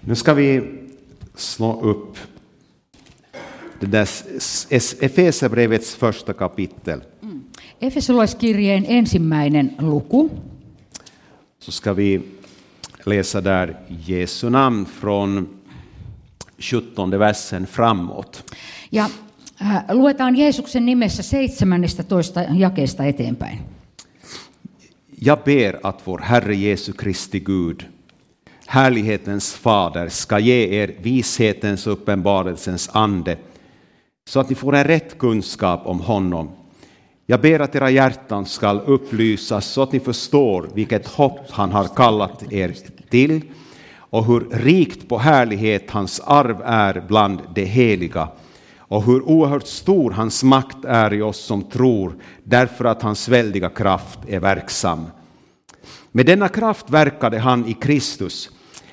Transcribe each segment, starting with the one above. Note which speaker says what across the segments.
Speaker 1: Nu ska vi slå upp det där s- s- Efeserbrevets första kapitel.
Speaker 2: Efesolaiskirjeen ensimmäinen luku.
Speaker 1: Så ska vi läsa där Jesu namn från 17 versen framåt.
Speaker 2: Ja äh, luetaan Jeesuksen nimessä 17 jakeesta eteenpäin.
Speaker 1: Jag ber att vår Herre Jesu Kristi Gud, härlighetens fader, ska ge er vishetens och uppenbarelsens ande, så att ni får en rätt kunskap om honom. Jag ber att era hjärtan skall upplysas så att ni förstår vilket hopp han har kallat er till och hur rikt på härlighet hans arv är bland de heliga och hur oerhört stor hans makt är i oss som tror därför att hans väldiga kraft är verksam. Med denna kraft verkade han i Kristus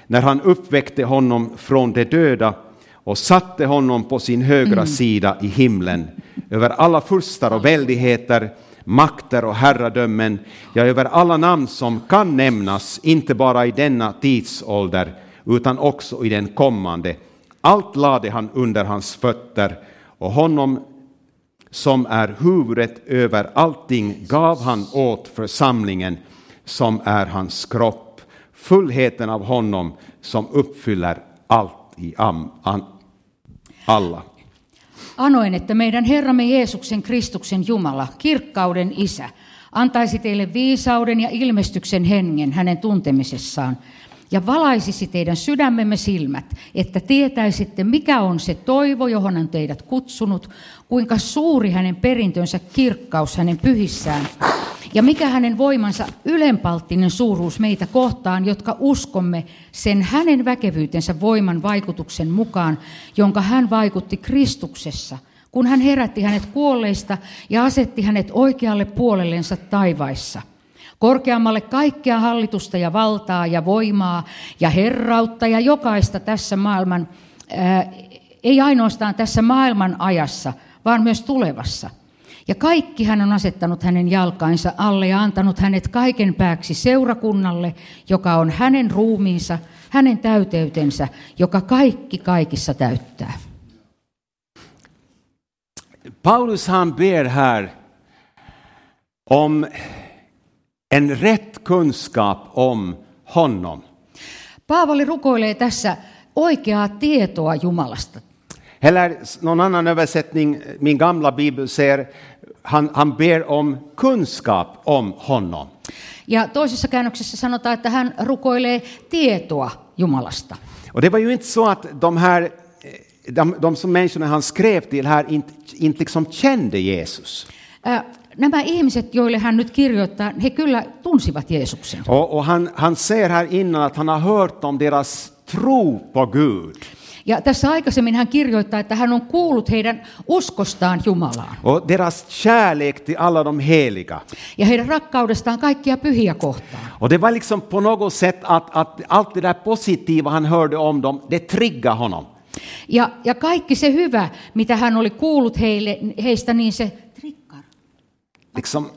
Speaker 1: när han uppväckte honom från de döda och satte honom på sin högra sida i himlen över alla furstar och väldigheter, makter och herradömen, ja, över alla namn som kan nämnas, inte bara i denna tidsålder utan också i den kommande. Allt lade han under hans fötter och honom som är huvudet över allting gav han åt församlingen som är hans kropp, fullheten av honom som uppfyller allt i am, an, alla.
Speaker 2: Anoin, että meidän Herramme Jeesuksen Kristuksen Jumala, kirkkauden Isä, antaisi teille viisauden ja ilmestyksen hengen hänen tuntemisessaan ja valaisisi teidän sydämemme silmät, että tietäisitte, mikä on se toivo, johon hän on teidät kutsunut, kuinka suuri hänen perintönsä kirkkaus hänen pyhissään, ja mikä hänen voimansa ylenpalttinen suuruus meitä kohtaan, jotka uskomme sen hänen väkevyytensä voiman vaikutuksen mukaan, jonka hän vaikutti Kristuksessa, kun hän herätti hänet kuolleista ja asetti hänet oikealle puolellensa taivaissa. Korkeammalle kaikkea hallitusta ja valtaa ja voimaa ja herrautta ja jokaista tässä maailman, ää, ei ainoastaan tässä maailman ajassa, vaan myös tulevassa. Ja kaikki hän on asettanut hänen jalkainsa alle ja antanut hänet kaiken pääksi seurakunnalle, joka on hänen ruumiinsa, hänen täyteytensä, joka kaikki kaikissa täyttää.
Speaker 1: Paulus han ber här om en rätt kunskap om honom.
Speaker 2: Paavali rukoilee tässä oikeaa tietoa Jumalasta.
Speaker 1: Eller någon annan översättning, min gamla bibel säger, han, han ber om kunskap om honom.
Speaker 2: Ja toisessa käännöksessä sanotaan, että hän rukoilee tietoa Jumalasta.
Speaker 1: Och det var ju inte så att de här eh, de, de som människorna han skrev till här inte, inte liksom kände Jesus.
Speaker 2: Ää, Nämä ihmiset, joille hän nyt kirjoittaa, he kyllä tunsivat Jeesuksen.
Speaker 1: Och, och han, han säger här innan att han har hört om deras tro på Gud.
Speaker 2: Ja tässä aikaisemmin hän kirjoittaa, että hän on kuullut heidän uskostaan Jumalaan
Speaker 1: Och deras kärlek till alla de heliga.
Speaker 2: ja heidän rakkaudestaan kaikkia pyhiä kohtaan.
Speaker 1: Och det var liksom på något sätt att, att allt det där positiva han hörde om dem, det triggade honom.
Speaker 2: Ja, ja kaikki se hyvä, mitä hän oli kuullut heille, heistä, niin se trikkar.
Speaker 1: Liksom,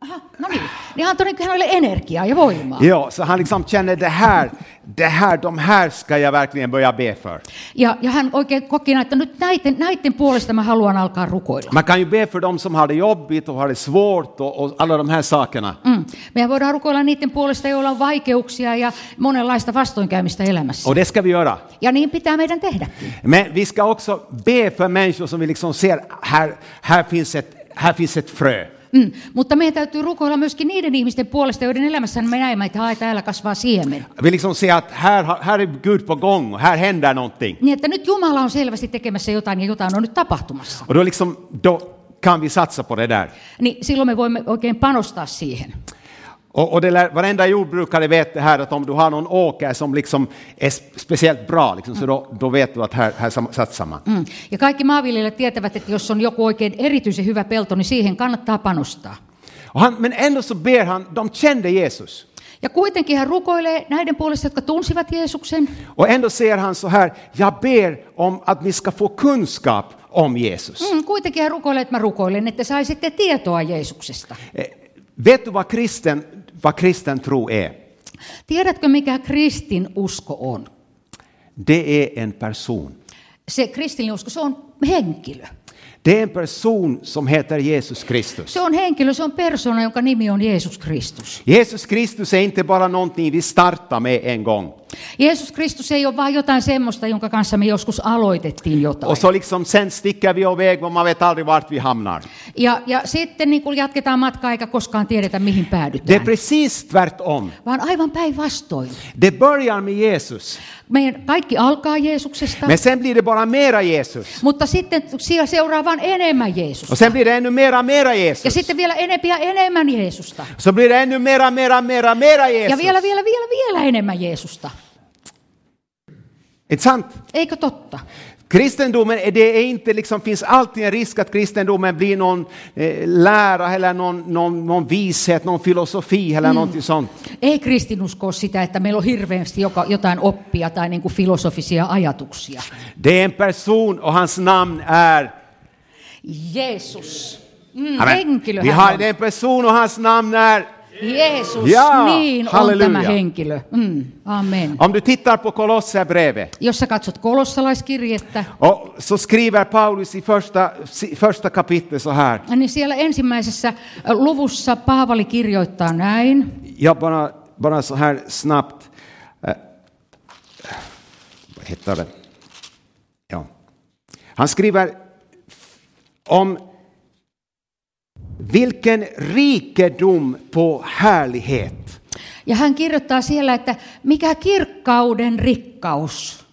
Speaker 2: Aha, no niin. Niin antoi niin hänelle energiaa ja voimaa.
Speaker 1: ja, så han liksom känner det här, det här, de här ska jag verkligen börja be för.
Speaker 2: Ja, ja hän oikein koki, että nyt näiden, näiden puolesta mä haluan alkaa rukoilla.
Speaker 1: Man kan ju be för dem som har det jobbigt och har det svårt och, och alla de här sakerna.
Speaker 2: Mm. Mehän voidaan rukoilla niiden puolesta, joilla on vaikeuksia ja monenlaista vastoinkäymistä elämässä.
Speaker 1: Och det ska vi göra.
Speaker 2: Ja niin pitää meidän tehdäkin.
Speaker 1: Men vi ska också be för människor som vi liksom ser, här, här, finns, ett, här finns ett frö.
Speaker 2: Mm. Mutta meidän täytyy rukoilla myöskin niiden ihmisten puolesta, joiden elämässä me näemme, että ai, täällä kasvaa siemen.
Speaker 1: Vi liksom ser att här, har- här är Gud på gång och här händer någonting.
Speaker 2: Niin että nyt Jumala on selvästi tekemässä jotain ja jotain on nyt tapahtumassa.
Speaker 1: Och då, liksom, då kan vi satsa på det där.
Speaker 2: Niin silloin me voimme oikein panostaa siihen.
Speaker 1: Och, och det lär, varenda jordbrukare vet det här att om du har någon åker som liksom är sp- speciellt bra, liksom, så då, då vet du att här, här sam- satsar man.
Speaker 2: Mm. Ja kaikki maanviljelijät tietävät, että jos on joku oikein erityisen hyvä pelto, niin siihen kannattaa panostaa.
Speaker 1: Och han, men ändå så ber han, de kände Jesus.
Speaker 2: Ja kuitenkin hän rukoilee näiden puolesta, jotka tunsivat Jeesuksen.
Speaker 1: Och ändå säger han så här, jag ber om att ni ska få kunskap om Jesus.
Speaker 2: Mm, kuitenkin hän rukoilee, että mä rukoilen, että saisitte tietoa Jeesuksesta.
Speaker 1: Eh, Vet du vad kristen, vad kristen tro är?
Speaker 2: Tiedätkö, mikä kristin usko on?
Speaker 1: Det är en person.
Speaker 2: Se kristillinen usko, se on henkilö.
Speaker 1: Det är en person som heter Jesus Kristus.
Speaker 2: Se on henkilö, se on persona, jonka nimi on Jeesus Kristus.
Speaker 1: Jesus Kristus är inte bara någonting vi startar med en gång
Speaker 2: Jeesus Kristus ei ole vain jotain semmoista, jonka kanssa me joskus aloitettiin jotain.
Speaker 1: och så liksom sen sticker vi iväg och man vet aldrig vart vi hamnar.
Speaker 2: Ja, ja sitten niin kun jatketaan matkaa eikä koskaan tiedetä, mihin
Speaker 1: Det
Speaker 2: päädytään.
Speaker 1: är precis tvärtom.
Speaker 2: Vaan aivan päinvastoin.
Speaker 1: Det börjar med Jesus,
Speaker 2: Meidän kaikki alkaa Jeesuksesta,
Speaker 1: men sen blir det bara mera Jesus.
Speaker 2: mutta sitten siellä seuraa vaan enemmän
Speaker 1: Och
Speaker 2: Jeesusta.
Speaker 1: sen blir det ännu mera, mera
Speaker 2: Ja
Speaker 1: Jesus.
Speaker 2: sitten vielä enempi ja enemmän Jeesusta.
Speaker 1: Så blir det ännu mera, mera, mera, mera
Speaker 2: Ja
Speaker 1: Jesus.
Speaker 2: vielä, vielä, vielä, vielä enemmän Jeesusta.
Speaker 1: Inte sant?
Speaker 2: Eikö totta?
Speaker 1: Kristendomen är det är inte liksom, finns alltid en risk att kristendomen blir någon eh, lära eller någon, någon, någon vishet, någon filosofi eller någonting sånt.
Speaker 2: Ei kristinusko ole sitä, että meillä on hirveästi joka, jotain oppia tai niin kuin filosofisia ajatuksia.
Speaker 1: Det är en person och hans namn är...
Speaker 2: Jeesus. Mm,
Speaker 1: Amen.
Speaker 2: henkilö
Speaker 1: Vi
Speaker 2: hän
Speaker 1: har,
Speaker 2: on.
Speaker 1: det är en person och hans namn är...
Speaker 2: Jeesus,
Speaker 1: Jaa,
Speaker 2: niin
Speaker 1: halleluja.
Speaker 2: on tämä henkilö. Mm, amen.
Speaker 1: Om du tittar på Kolosserbrevet
Speaker 2: Jos sä katsot kolossalaiskirjettä,
Speaker 1: och så skriver Paulus i första, si- första kapitlet så här.
Speaker 2: niin siellä ensimmäisessä luvussa Paavali kirjoittaa näin.
Speaker 1: Jag bara, bara så här snabbt... Eh, vad heter det? Ja. Han skriver om vilken rikedom på härlighet.
Speaker 2: Ja hän kirjoittaa siellä, että mikä kirkkauden rikkaus.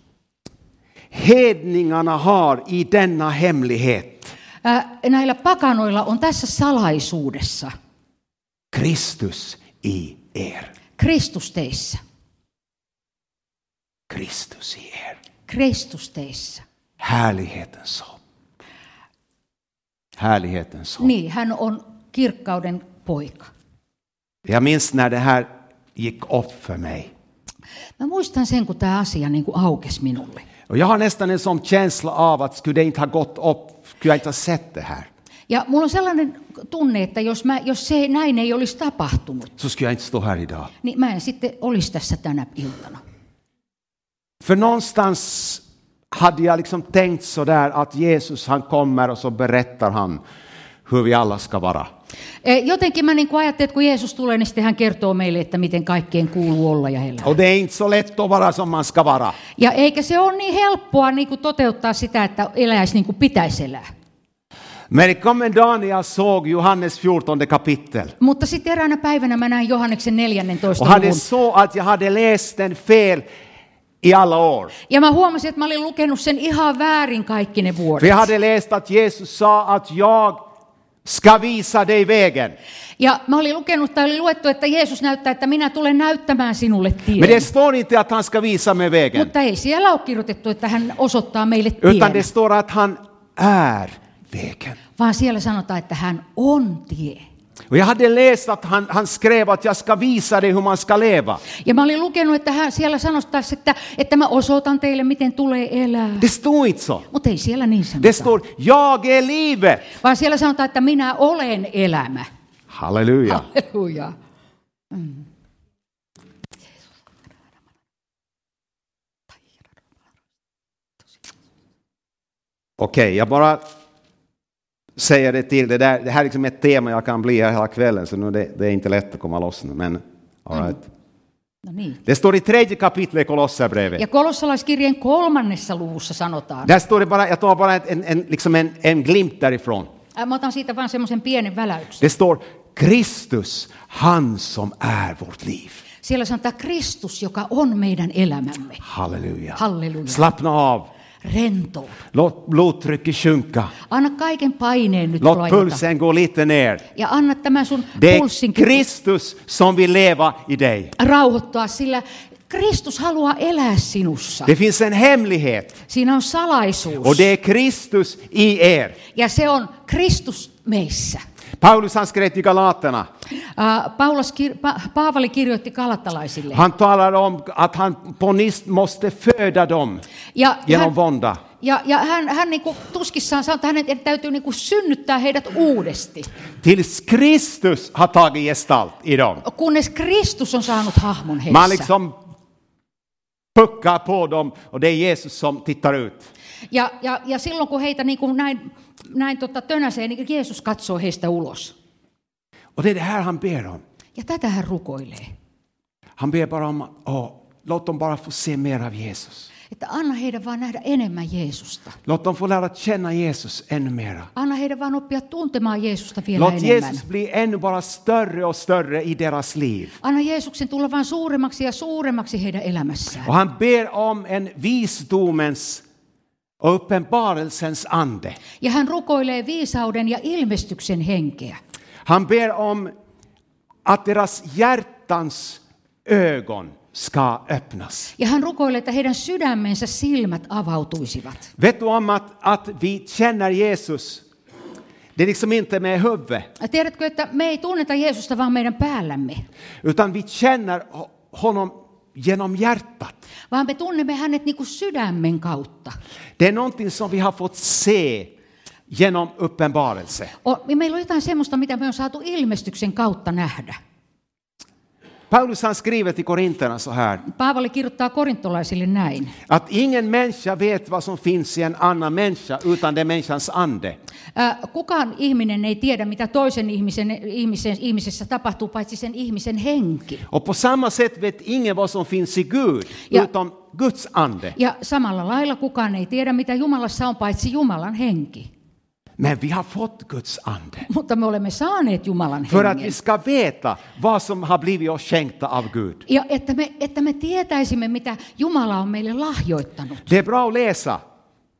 Speaker 1: hedningarna har i denna hemlighet.
Speaker 2: Ää, Äh, Näillä pakanoilla on tässä salaisuudessa,
Speaker 1: Kristus i er.
Speaker 2: Kristus teissä,
Speaker 1: Kristus i er.
Speaker 2: Kristus teissä.
Speaker 1: Härlighetens son. Härlighetens son.
Speaker 2: Niin, hän on kirkkauden poika.
Speaker 1: Jag minns när det här gick upp för mig.
Speaker 2: Mä muistan sen, kun tämä asia niin kuin aukesi minulle.
Speaker 1: Och jag har nästan en sån känsla av att skulle det inte ha gått upp, skulle jag inte ha sett det här,
Speaker 2: Ja mulla on sellainen tunne, että jos, mä, jos se näin ei olisi tapahtunut,
Speaker 1: så skulle jag inte stå här idag.
Speaker 2: niin mä en sitten olisi tässä tänä iltana.
Speaker 1: För någonstans hade jag liksom tänkt så där att Jesus han kommer och så berättar han hur vi alla ska vara.
Speaker 2: Eh, Jotenkin mä niin kuin ajattelin, että kun Jeesus tulee, niin sitten hän kertoo meille, että miten kaikkeen kuuluu olla ja elää.
Speaker 1: Och det är inte så lätt att vara som man ska vara.
Speaker 2: Ja eikä se ole niin helppoa niin kuin toteuttaa sitä, että eläisi niin kuin pitäisi elää.
Speaker 1: Men det kom en dag när jag såg Johannes 14 kapitel.
Speaker 2: Mutta sitten eräänä päivänä mä näin Johanneksen 14
Speaker 1: Och hade
Speaker 2: luvun.
Speaker 1: så att jag hade läst den fel i alla år.
Speaker 2: Ja mä huomasin, että mä olin lukenut sen ihan väärin kaikki ne
Speaker 1: För
Speaker 2: vuodet.
Speaker 1: jag hade läst att Jesus sa att jag ska visa dig vägen.
Speaker 2: Ja mä olin lukenut tai oli luettu, että Jeesus näyttää, että minä tulen näyttämään sinulle tien.
Speaker 1: Men det står inte att han ska visa mig vägen.
Speaker 2: Mutta ei siellä ole kirjoitettu, että hän osoittaa meille
Speaker 1: Utan det
Speaker 2: tien,
Speaker 1: står att han är vägen.
Speaker 2: vaan siellä sanotaan, että hän on tie.
Speaker 1: Och jag hade läst att han, han skrev att jag ska visa dig hur man ska leva.
Speaker 2: Ja mä olin lukenut, että hän siellä sanotaan, että, että mä osoitan teille, miten tulee elää.
Speaker 1: Det stod inte så.
Speaker 2: Mutta ei siellä niin sanota,
Speaker 1: Det står, jag är livet.
Speaker 2: vaan siellä sanotaan, että minä olen elämä.
Speaker 1: Halleluja.
Speaker 2: Halleluja.
Speaker 1: Okej, jag bara säger det till. Det, där, det här är liksom ett tema jag kan bli här hela kvällen, så nu det, det är inte lätt att komma loss nu. Men, all right.
Speaker 2: No niin.
Speaker 1: Det står i tredje kapitlet i Kolosserbrevet.
Speaker 2: Ja kolossalaiskirjeen kolmannessa luvussa sanotaan,
Speaker 1: Där står det bara, jag tar bara en, en, liksom en, en glimt därifrån.
Speaker 2: Ää, mä otan siitä vain semmoisen pienen väläyksen.
Speaker 1: Det står Kristus, han som är vårt liv.
Speaker 2: Siellä sanotaan Kristus, joka on meidän elämämme.
Speaker 1: Halleluja.
Speaker 2: Halleluja.
Speaker 1: Slappna av.
Speaker 2: Rentoudu.
Speaker 1: Låt blodtrycket sjunka.
Speaker 2: Anna kaiken paineen nyt
Speaker 1: Låt
Speaker 2: laidata.
Speaker 1: pulsen gå lite ner.
Speaker 2: Ja anna tämän sun
Speaker 1: Det är
Speaker 2: pulssin
Speaker 1: Kristus som vill leva i dig.
Speaker 2: rauhoittua, sillä Kristus haluaa elää sinussa.
Speaker 1: Det finns en hemlighet.
Speaker 2: Siinä on salaisuus
Speaker 1: Och det är Kristus i er.
Speaker 2: ja se on Kristus meissä.
Speaker 1: Paulus han skrev till Galaterna.
Speaker 2: Äh, Paulus, kir- pa- Paavali kirjoitti kalatalaisille.
Speaker 1: Han talar om att han på nytt måste föda dem
Speaker 2: Ja, ja
Speaker 1: genom vånda.
Speaker 2: Ja, ja hän, hän niin kuin tuskissaan sanoi, että hänen täytyy niin kuin synnyttää heidät uudesti,
Speaker 1: Tills Kristus har tagit gestalt i dem.
Speaker 2: kunnes Kristus on saanut hahmon heissä.
Speaker 1: Man liksom puckar på dem och det är Jesus som tittar ut.
Speaker 2: Ja, ja, ja silloin kun heitä niin kuin näin, näin tota tönäsee, niin Jeesus katsoo heistä ulos.
Speaker 1: Och det är det här han ber om.
Speaker 2: Ja tätä hän rukoilee.
Speaker 1: Han ber bara om att åh, låt dem bara få se mer av Jesus.
Speaker 2: Että anna heidän vaan nähdä enemmän Jeesusta.
Speaker 1: Låt dem få lära känna Jesus ännu mera.
Speaker 2: Anna heidän vaan oppia tuntemaan Jeesusta vielä
Speaker 1: Låt
Speaker 2: enemmän.
Speaker 1: Jesus bli ännu bara större och större i deras liv.
Speaker 2: Anna Jeesuksen tulla vaan suuremmaksi ja suuremmaksi heidän elämässään.
Speaker 1: Och han ber om en visdomens och uppenbarelsens ande.
Speaker 2: Ja hän rukoilee viisauden ja ilmestyksen henkeä.
Speaker 1: Han ber om att deras hjärtans ögon ska öppnas.
Speaker 2: Ja hän rukoilee, että heidän sydämensä silmät avautuisivat.
Speaker 1: Vet du om att, att vi känner Jesus? Det är liksom inte med huvudet,
Speaker 2: Ja Tiedätkö, että me ei tunneta Jeesusta vaan meidän päällämme,
Speaker 1: utan vi känner ho- honom genom hjärtat.
Speaker 2: vaan me tunnemme hänet niin kuin sydämen kautta.
Speaker 1: Det är någonting som vi har fått se genom uppenbarelse.
Speaker 2: O- ja Meillä on jotain semmoista, mitä me on saatu ilmestyksen kautta nähdä.
Speaker 1: Paulus han skriver till Korinterna så här,
Speaker 2: Paavali kirjoittaa korintolaisille näin.
Speaker 1: att ingen människa vet vad som finns i en annan människa utan det är människans ande.
Speaker 2: Ä, Kukaan ihminen ei tiedä, mitä toisen ihmisen, ihmisen, ihmisessä tapahtuu, paitsi sen ihmisen henki.
Speaker 1: Och på samma sätt vet ingen vad som finns i Gud
Speaker 2: Ja.
Speaker 1: utom Guds ande.
Speaker 2: Ja samalla lailla kukaan ei tiedä, mitä Jumalassa on, paitsi Jumalan henki.
Speaker 1: Men vi har fått Guds ande.
Speaker 2: Mutta me olemme saaneet Jumalan
Speaker 1: För att vi
Speaker 2: hengen.
Speaker 1: ska veta vad som har blivit oss skänkta av Gud.
Speaker 2: Ja että me, että me tietäisimme, mitä Jumala on meille lahjoittanut.
Speaker 1: Det är bra att läsa,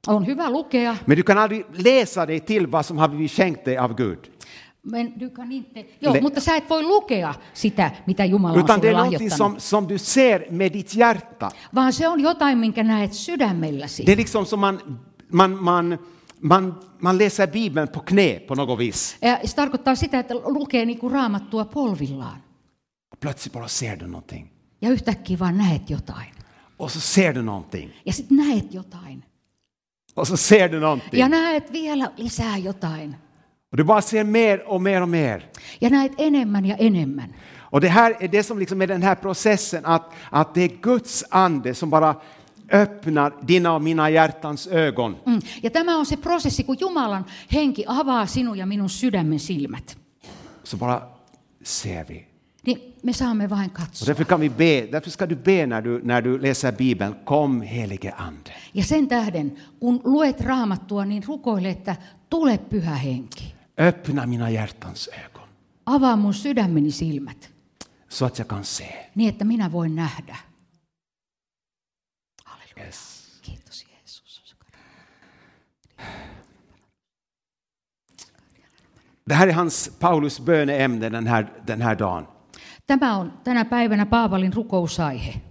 Speaker 2: On hyvä lukea.
Speaker 1: men du kan aldrig läsa dig till vad som har blivit skänkt dig av Gud.
Speaker 2: Men du kan inte. Joo,
Speaker 1: Le-
Speaker 2: mutta sä et voi lukea sitä, mitä Jumala on
Speaker 1: Utan det
Speaker 2: sinulle
Speaker 1: är någonting
Speaker 2: lahjoittanut.
Speaker 1: som, som du ser med ditt hjärta.
Speaker 2: Vaan se on jotain, minkä näet sydämelläsi.
Speaker 1: Det är liksom som man, man, man, man, man läser Bibeln på knä på något vis.
Speaker 2: Ja se tarkoittaa sitä, että lukee niin kuin raamattua polvillaan.
Speaker 1: Plötsligt bara ser du någonting.
Speaker 2: Ja yhtäkkiä vaan näet jotain.
Speaker 1: Och så ser du någonting.
Speaker 2: Ja sitten näet jotain.
Speaker 1: Och så ser du
Speaker 2: Ja
Speaker 1: någonting.
Speaker 2: näet vielä lisää jotain.
Speaker 1: Och du bara ser mer och mer och mer.
Speaker 2: Ja näet enemmän ja enemmän.
Speaker 1: Och det här är det som liksom är den här processen, att, att det är Guds ande som bara öppnar dina och mina hjärtans ögon.
Speaker 2: Mm. Ja tämä on se prosessi, kun Jumalan henki avaa sinun ja minun sydämen silmät.
Speaker 1: Så bara ser vi.
Speaker 2: Niin me saamme vain
Speaker 1: Och
Speaker 2: katsoa.
Speaker 1: därför, kan vi be, därför ska du be när du, när du läser Bibeln, kom helige ande.
Speaker 2: Ja sen tähden, kun luet raamattua, niin rukoile, että tule pyhä henki.
Speaker 1: Öppna mina hjärtans ögon
Speaker 2: Avaa mun sydämeni silmät,
Speaker 1: så att jag kan se.
Speaker 2: niin että minä voin nähdä. Halleluja.
Speaker 1: Yes.
Speaker 2: Kiitos Jeesus.
Speaker 1: Det här är hans Paulus böneämne den här, den här dagen.
Speaker 2: Tämä on tänä päivänä Paavalin rukousaihe.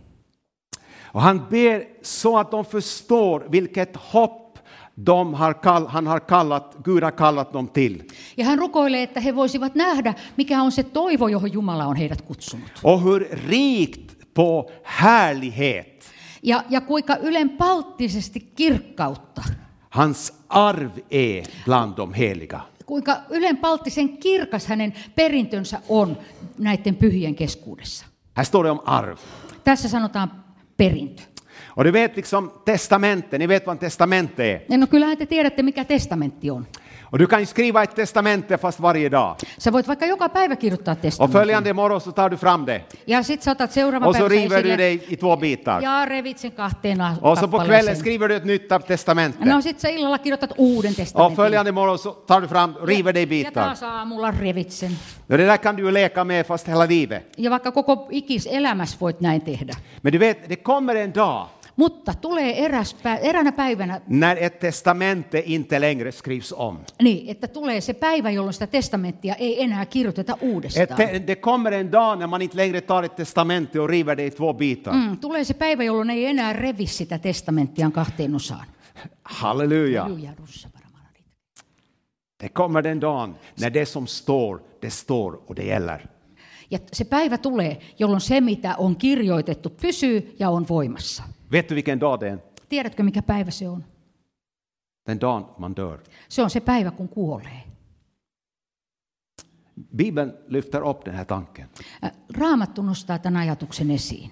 Speaker 1: Och han ber så att de förstår vilket hopp de har kall, han har kallat, Gud har kallat dem till.
Speaker 2: Ja hän rukoilee, että he voisivat nähdä, mikä on se toivo, johon Jumala on heidät kutsunut.
Speaker 1: och hur rikt på härlighet
Speaker 2: Ja, ja kuinka ylenpalttisesti kirkkautta,
Speaker 1: hans arv är bland de heliga.
Speaker 2: kuinka ylenpalttisen kirkas hänen perintönsä on näiden pyhien keskuudessa.
Speaker 1: Här står det om arv.
Speaker 2: Tässä sanotaan perintö.
Speaker 1: Och du vet liksom testamentet, ni vet vad en testamente är.
Speaker 2: No kyllähän te tiedätte, mikä testamentti on.
Speaker 1: Och du kan ju skriva ett testamente fast varje dag.
Speaker 2: Sä voit vaikka joka päivä kirjoittaa
Speaker 1: Och
Speaker 2: testamentin.
Speaker 1: följande morgon så tar du fram det.
Speaker 2: Ja sit sä otat seuraavan
Speaker 1: Och så
Speaker 2: päivän
Speaker 1: river du
Speaker 2: esille
Speaker 1: det i två bitar.
Speaker 2: ja revit sen kahteen a-
Speaker 1: Och så på kvällen
Speaker 2: kappaleeseen.
Speaker 1: skriver du ett nytt
Speaker 2: No
Speaker 1: testamente.
Speaker 2: sit sä illalla kirjoitat uuden
Speaker 1: Och
Speaker 2: testamentin.
Speaker 1: följande morgon så tar du fram och river det i
Speaker 2: ja
Speaker 1: bitar.
Speaker 2: taas aamulla revit sen.
Speaker 1: Och det där kan du ju leka med fast hela livet.
Speaker 2: Ja vaikka koko ikis elämässä voit näin tehdä.
Speaker 1: Men du vet, det kommer en dag
Speaker 2: Mutta tulee eräs pä- eräänä päivänä,
Speaker 1: när ett testamente inte längre skrivs om.
Speaker 2: niin, että tulee se päivä, jolloin sitä testamenttia ei enää kirjoiteta
Speaker 1: Ett,
Speaker 2: uudestaan.
Speaker 1: te- det kommer en dag när man inte längre tar ett testamente och river det i två bitar.
Speaker 2: Mm, tulee se päivä, jolloin ei enää revi sitä testamenttiaan kahteen osaan.
Speaker 1: Halleluja!
Speaker 2: Halleluja, russa varmaan on niitä.
Speaker 1: Det kommer den dagen när det som står, det står och det gäller.
Speaker 2: Ja se päivä tulee, jolloin se, mitä on kirjoitettu, pysyy ja on voimassa.
Speaker 1: Vet du vilken dag det är?
Speaker 2: Tiedätkö, mikä päivä se on?
Speaker 1: den dagen man dör.
Speaker 2: Se on se päivä, kun kuolee.
Speaker 1: Bibeln lyfter upp den här tanken.
Speaker 2: Äh, Raamattu nostaa tämän ajatuksen esiin.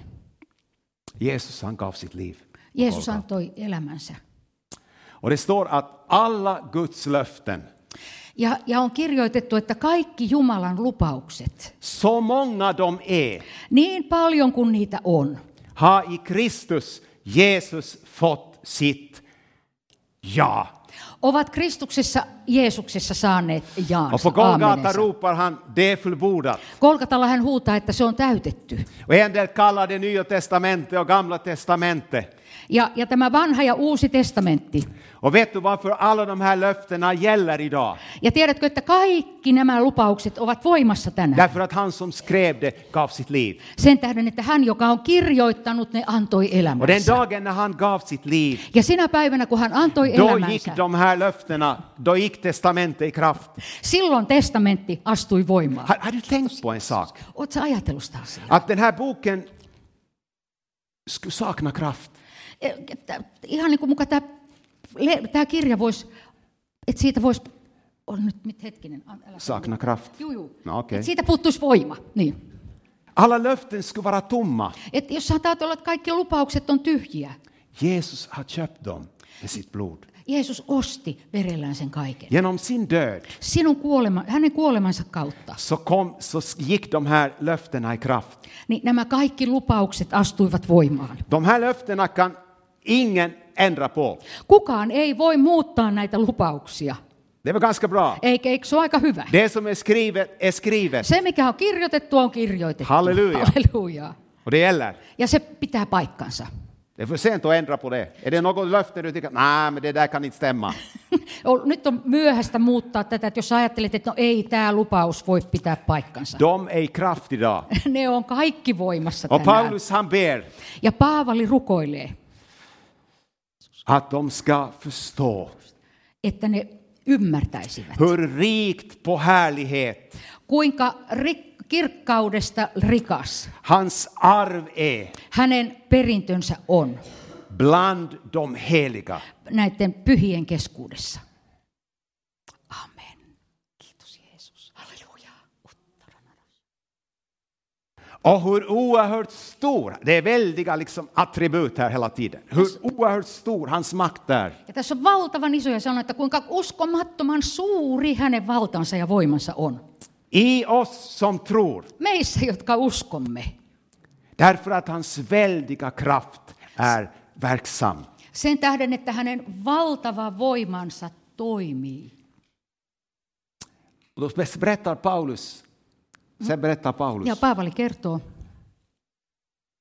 Speaker 1: Jesus han gav sitt liv.
Speaker 2: Jeesus antoi elämänsä.
Speaker 1: Och det står att alla Guds löften,
Speaker 2: Ja, ja on kirjoitettu, että kaikki Jumalan lupaukset,
Speaker 1: så många de är,
Speaker 2: niin paljon kuin niitä on,
Speaker 1: har i Kristus Jesus fått sitt ja.
Speaker 2: ovat Kristuksessa Jeesuksessa saaneet
Speaker 1: Och på
Speaker 2: jaansa,
Speaker 1: Golgata
Speaker 2: aamenensa.
Speaker 1: ropar han, det är fullbordat.
Speaker 2: Kolkatalla hän huutaa, että se on täytetty.
Speaker 1: Och en del kallar det Nya Testamentet och Gamla Testamentet.
Speaker 2: Ja, ja tämä vanha ja uusi testamentti.
Speaker 1: Och vet du varför alla de här löftena gäller idag?
Speaker 2: Ja tiedätkö, että kaikki nämä lupaukset ovat voimassa tänään.
Speaker 1: Därför att han som skrev det gav sitt liv.
Speaker 2: Sen tähden, että hän, joka on kirjoittanut, ne antoi
Speaker 1: Och den
Speaker 2: elämänsä.
Speaker 1: dagen när han gav sitt liv,
Speaker 2: Ja sinä päivänä, kun hän antoi
Speaker 1: då gick
Speaker 2: elämänsä,
Speaker 1: de här löftena, då gick testamentet i kraft.
Speaker 2: silloin testamentti astui voimaan.
Speaker 1: Har, har du tänkt på en sak?
Speaker 2: Oletko ajatellut sitä asiaa?
Speaker 1: Att den här boken skulle sakna kraft.
Speaker 2: E, että Ihan niin kuin muka tämä, tämä kirja voisi, että siitä voisi, on nyt mit- hetkinen, an- älä.
Speaker 1: Sakna kraft.
Speaker 2: Juu, juu.
Speaker 1: No, okei.
Speaker 2: Että siitä puuttuisi voima. Niin.
Speaker 1: Alla löften skulle vara tomma.
Speaker 2: Et jos sanotaan, olla, että kaikki lupaukset on tyhjiä,
Speaker 1: Jesus har köpt dem med sitt blod.
Speaker 2: Jeesus osti verellään sen kaiken.
Speaker 1: Genom sin död
Speaker 2: Sinun kuolema, hänen kuolemansa kautta,
Speaker 1: så, kom, så gick de här löftena i kraft.
Speaker 2: niin nämä kaikki lupaukset astuivat voimaan.
Speaker 1: De här löftena kan ingen ändra på.
Speaker 2: Kukaan ei voi muuttaa näitä lupauksia.
Speaker 1: Det var ganska bra.
Speaker 2: Eikä, eikö se ole aika hyvä?
Speaker 1: Det som är skrivet är skrivet
Speaker 2: Se, mikä on kirjoitettu, on kirjoitettu.
Speaker 1: Halleluja.
Speaker 2: Halleluja.
Speaker 1: och det gäller.
Speaker 2: Ja se pitää paikkansa.
Speaker 1: Det är för sent att ändra på det. Är det något löfte du tycker, nej, men det där kan inte stämma.
Speaker 2: On- Nyt on myöhäistä muuttaa tätä, että jos ajattelet, että no ei tämä lupaus voi pitää paikkansa.
Speaker 1: De är i kraft idag.
Speaker 2: Ne on kaikki voimassa
Speaker 1: Och
Speaker 2: tänään.
Speaker 1: Paulus han ber
Speaker 2: Ja Paavali rukoilee,
Speaker 1: att de ska förstå
Speaker 2: että ne ymmärtäisivät,
Speaker 1: hur rikt på härlighet
Speaker 2: kuinka rik- kirkkaudesta rikas
Speaker 1: hans arv är
Speaker 2: hänen perintönsä on
Speaker 1: bland de heliga.
Speaker 2: näiden pyhien keskuudessa. Amen. Kiitos Jeesus. Halleluja.
Speaker 1: Och hur oerhört stor, det är väldiga liksom attribut här hela tiden, hur oerhört stor hans makt är.
Speaker 2: Ja tässä on valtavan isoja sanoja, että kuinka uskomattoman suuri hänen valtansa ja voimansa on.
Speaker 1: I oss som tror,
Speaker 2: Meissä, jotka uskomme.
Speaker 1: därför att hans väldiga kraft är verksam.
Speaker 2: Sen tähden, että hänen valtava voimansa toimii.
Speaker 1: Och då berättar Paulus, sen berättar Paulus
Speaker 2: Ja Paavali kertoo,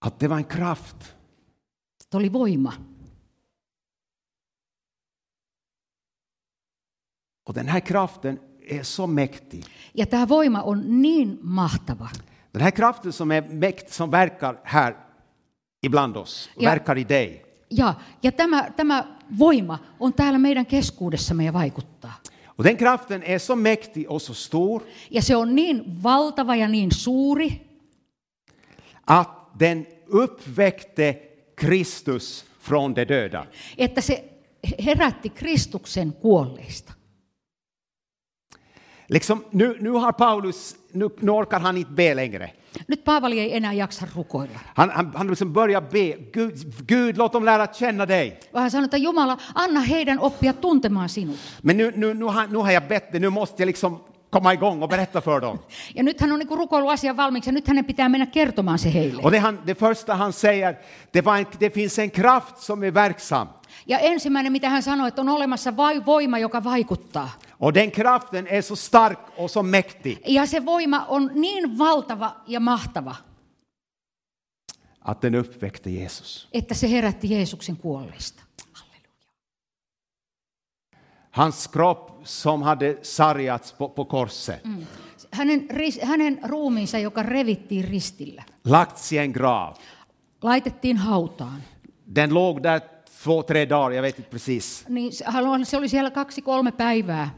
Speaker 1: att det var en kraft
Speaker 2: että oli voima.
Speaker 1: och den här kraften är så mäktig.
Speaker 2: Ja tämä voima on niin mahtava.
Speaker 1: Den här kraften som är mäkt, som verkar här ibland oss, och
Speaker 2: Ja.
Speaker 1: verkar i dig.
Speaker 2: Ja, ja tämä, tämä voima on täällä meidän keskuudessamme ja vaikuttaa.
Speaker 1: Och den kraften är så mäktig och så stor
Speaker 2: Ja se on niin valtava ja niin suuri,
Speaker 1: att den uppväckte Kristus från de döda.
Speaker 2: että se herätti Kristuksen kuolleista.
Speaker 1: Liksom, nu, nu har Paulus, nu, nu orkar han inte be längre.
Speaker 2: Nyt Paavali ei enää jaksa rukoilla.
Speaker 1: Han, han, han liksom börjar be, Gud, Gud låt dem lära känna dig.
Speaker 2: Vaan sanoo, että Jumala, anna heidän oppia tuntemaan sinut.
Speaker 1: Men nu, nu, nu, har, nu har jag bett dig, nu måste jag liksom komma igång och berätta för dem.
Speaker 2: Ja nyt hän on niin rukoillut asian valmiiksi ja nyt hänen pitää mennä kertomaan se heille.
Speaker 1: Och det, han, det första han säger, det, var en, det finns en kraft som är verksam.
Speaker 2: Ja ensimmäinen, mitä hän sanoi, että on olemassa vai voima, joka vaikuttaa.
Speaker 1: Och den kraften är så stark och så mäktig
Speaker 2: Ja se voima on niin valtava ja mahtava,
Speaker 1: att den uppväckte Jesus.
Speaker 2: että se herätti Jeesuksen kuolleista.
Speaker 1: Hans kropp som hade sargats på, på korset,
Speaker 2: Hänen, ris- hänen ruumiinsa, joka revittiin ristillä,
Speaker 1: lagts i en grav.
Speaker 2: laitettiin hautaan.
Speaker 1: Den låg där två, tre dagar, jag vet inte precis.
Speaker 2: Niin se- haluan- se oli siellä kaksi-kolme päivää.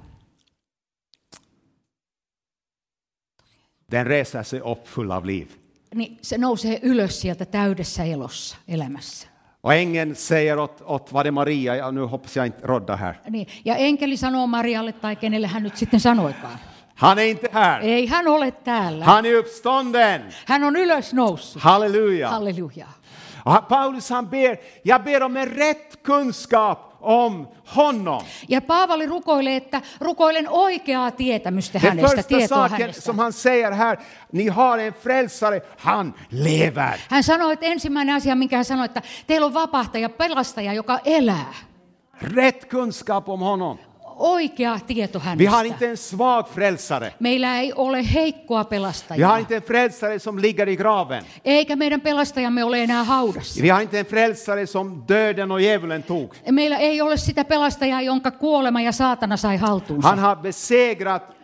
Speaker 1: Den reser sig upp full av liv.
Speaker 2: Niin se nousee ylös sieltä täydessä elossa, elämässä.
Speaker 1: Och ängeln säger åt, åt vad det är Maria, ja, nu hoppas jag inte rodda här.
Speaker 2: Niin. Ja enkeli sanoo Marialle tai kenelle hän nyt sitten sanoikaan.
Speaker 1: Han är inte här.
Speaker 2: Ei hän ole täällä.
Speaker 1: Han är uppstånden.
Speaker 2: Hän on ylösnoussut.
Speaker 1: Halleluja.
Speaker 2: Hallelujaa.
Speaker 1: Och han- Paulus han ber, jag ber om en rätt kunskap om honom.
Speaker 2: Ja Paavali rukoilee, että rukoilen oikeaa tietämystä
Speaker 1: Den
Speaker 2: hänestä,
Speaker 1: första
Speaker 2: tietoa
Speaker 1: saken
Speaker 2: hänestä.
Speaker 1: som han säger här, ni har en frälsare, han lever.
Speaker 2: Hän sanoi, että ensimmäinen asia, minkä hän sanoi, että teillä on vapahtaja, pelastaja, joka elää.
Speaker 1: Rätt kunskap om honom.
Speaker 2: Oikea tieto
Speaker 1: Vi har
Speaker 2: hänestä.
Speaker 1: inte en svag frälsare.
Speaker 2: Meillä ei ole heikkoa
Speaker 1: Vi har
Speaker 2: pelastajaa.
Speaker 1: inte en frälsare som ligger i graven.
Speaker 2: Eikä meidän pelastajamme ole enää haudassa.
Speaker 1: Vi har inte en frälsare som döden och djävulen tog.
Speaker 2: Meillä ei ole sitä pelastajaa, jonka kuolema ja saatana sai
Speaker 1: Han
Speaker 2: haltuunsa.
Speaker 1: har besegrat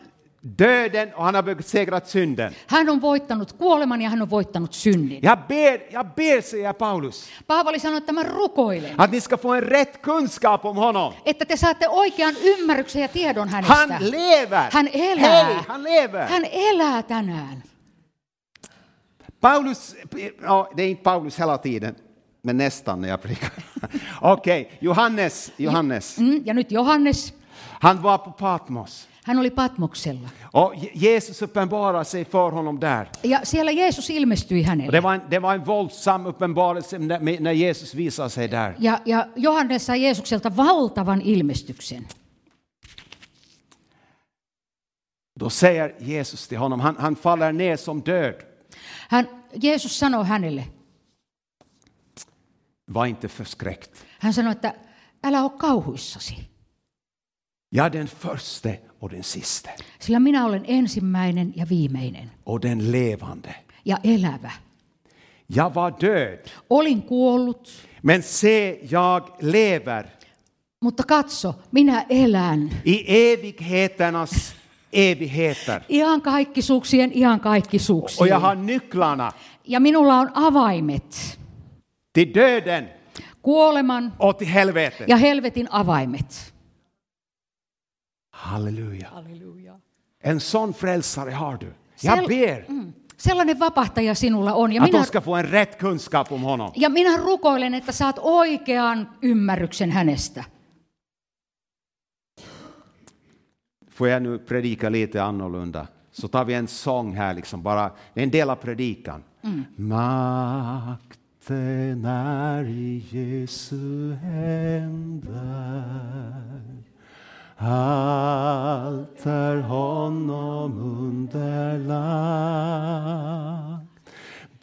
Speaker 1: döden och han har besegrat synden.
Speaker 2: Hän on voittanut kuoleman ja hän on voittanut synnin.
Speaker 1: Jag ber, jag ber säger Paulus,
Speaker 2: Paavali sanoi, että mä rukoilen,
Speaker 1: att ni ska få en rätt kunskap om honom.
Speaker 2: että te saatte oikean ymmärryksen ja tiedon
Speaker 1: Han
Speaker 2: hänestä.
Speaker 1: lever!
Speaker 2: Hän elää.
Speaker 1: Hej, han lever!
Speaker 2: Hän elää tänään.
Speaker 1: Paulus, ja, det är inte Paulus hela tiden, men nästan när jag predikar. Okej, Johannes, Johannes,
Speaker 2: Mm, Ja nyt Johannes,
Speaker 1: han var på Patmos.
Speaker 2: hän oli Patmoksella.
Speaker 1: Och Je- Jesus uppenbarade sig för honom där.
Speaker 2: Ja siellä Jeesus ilmestyi
Speaker 1: Och det,
Speaker 2: hänelle.
Speaker 1: var en, det var en våldsam uppenbarelse när, när Jesus visade sig där.
Speaker 2: Ja, ja Johannes sai Jeesukselta valtavan ilmestyksen.
Speaker 1: Då säger Jesus till honom, han, han faller ner som död.
Speaker 2: Hän, Jeesus sanoi hänelle,
Speaker 1: Var inte förskräckt.
Speaker 2: hän sanoi, että älä ole kauhuissasi,
Speaker 1: Jag är den förste och den siste
Speaker 2: sillä minä olen ensimmäinen ja viimeinen
Speaker 1: och den levande.
Speaker 2: ja elävä.
Speaker 1: Jag var död,
Speaker 2: Olin kuollut,
Speaker 1: men se, jag lever
Speaker 2: mutta katso, minä elän.
Speaker 1: i evigheternas evigheter.
Speaker 2: Ihan kaikki suuksien, ihan kaikki
Speaker 1: Och
Speaker 2: suuksien.
Speaker 1: jag har nycklarna
Speaker 2: Ja minulla on avaimet,
Speaker 1: till döden
Speaker 2: kuoleman
Speaker 1: och till helvetet.
Speaker 2: ja helvetin avaimet.
Speaker 1: Halleluja. En sån frälsare har du.
Speaker 2: Sel-
Speaker 1: Jag ber
Speaker 2: Mm. Sellainen vapahtaja sinulla on. Ja
Speaker 1: att
Speaker 2: minä,
Speaker 1: de ska få en rätt kunskap om honom.
Speaker 2: ja minä rukoilen, että saat oikean ymmärryksen hänestä.
Speaker 1: Får jag nu predika lite annorlunda? Så tar vi en sång här, liksom bara, det är en del av predikan. Makten är i Jesu händer Allt är honom underlagt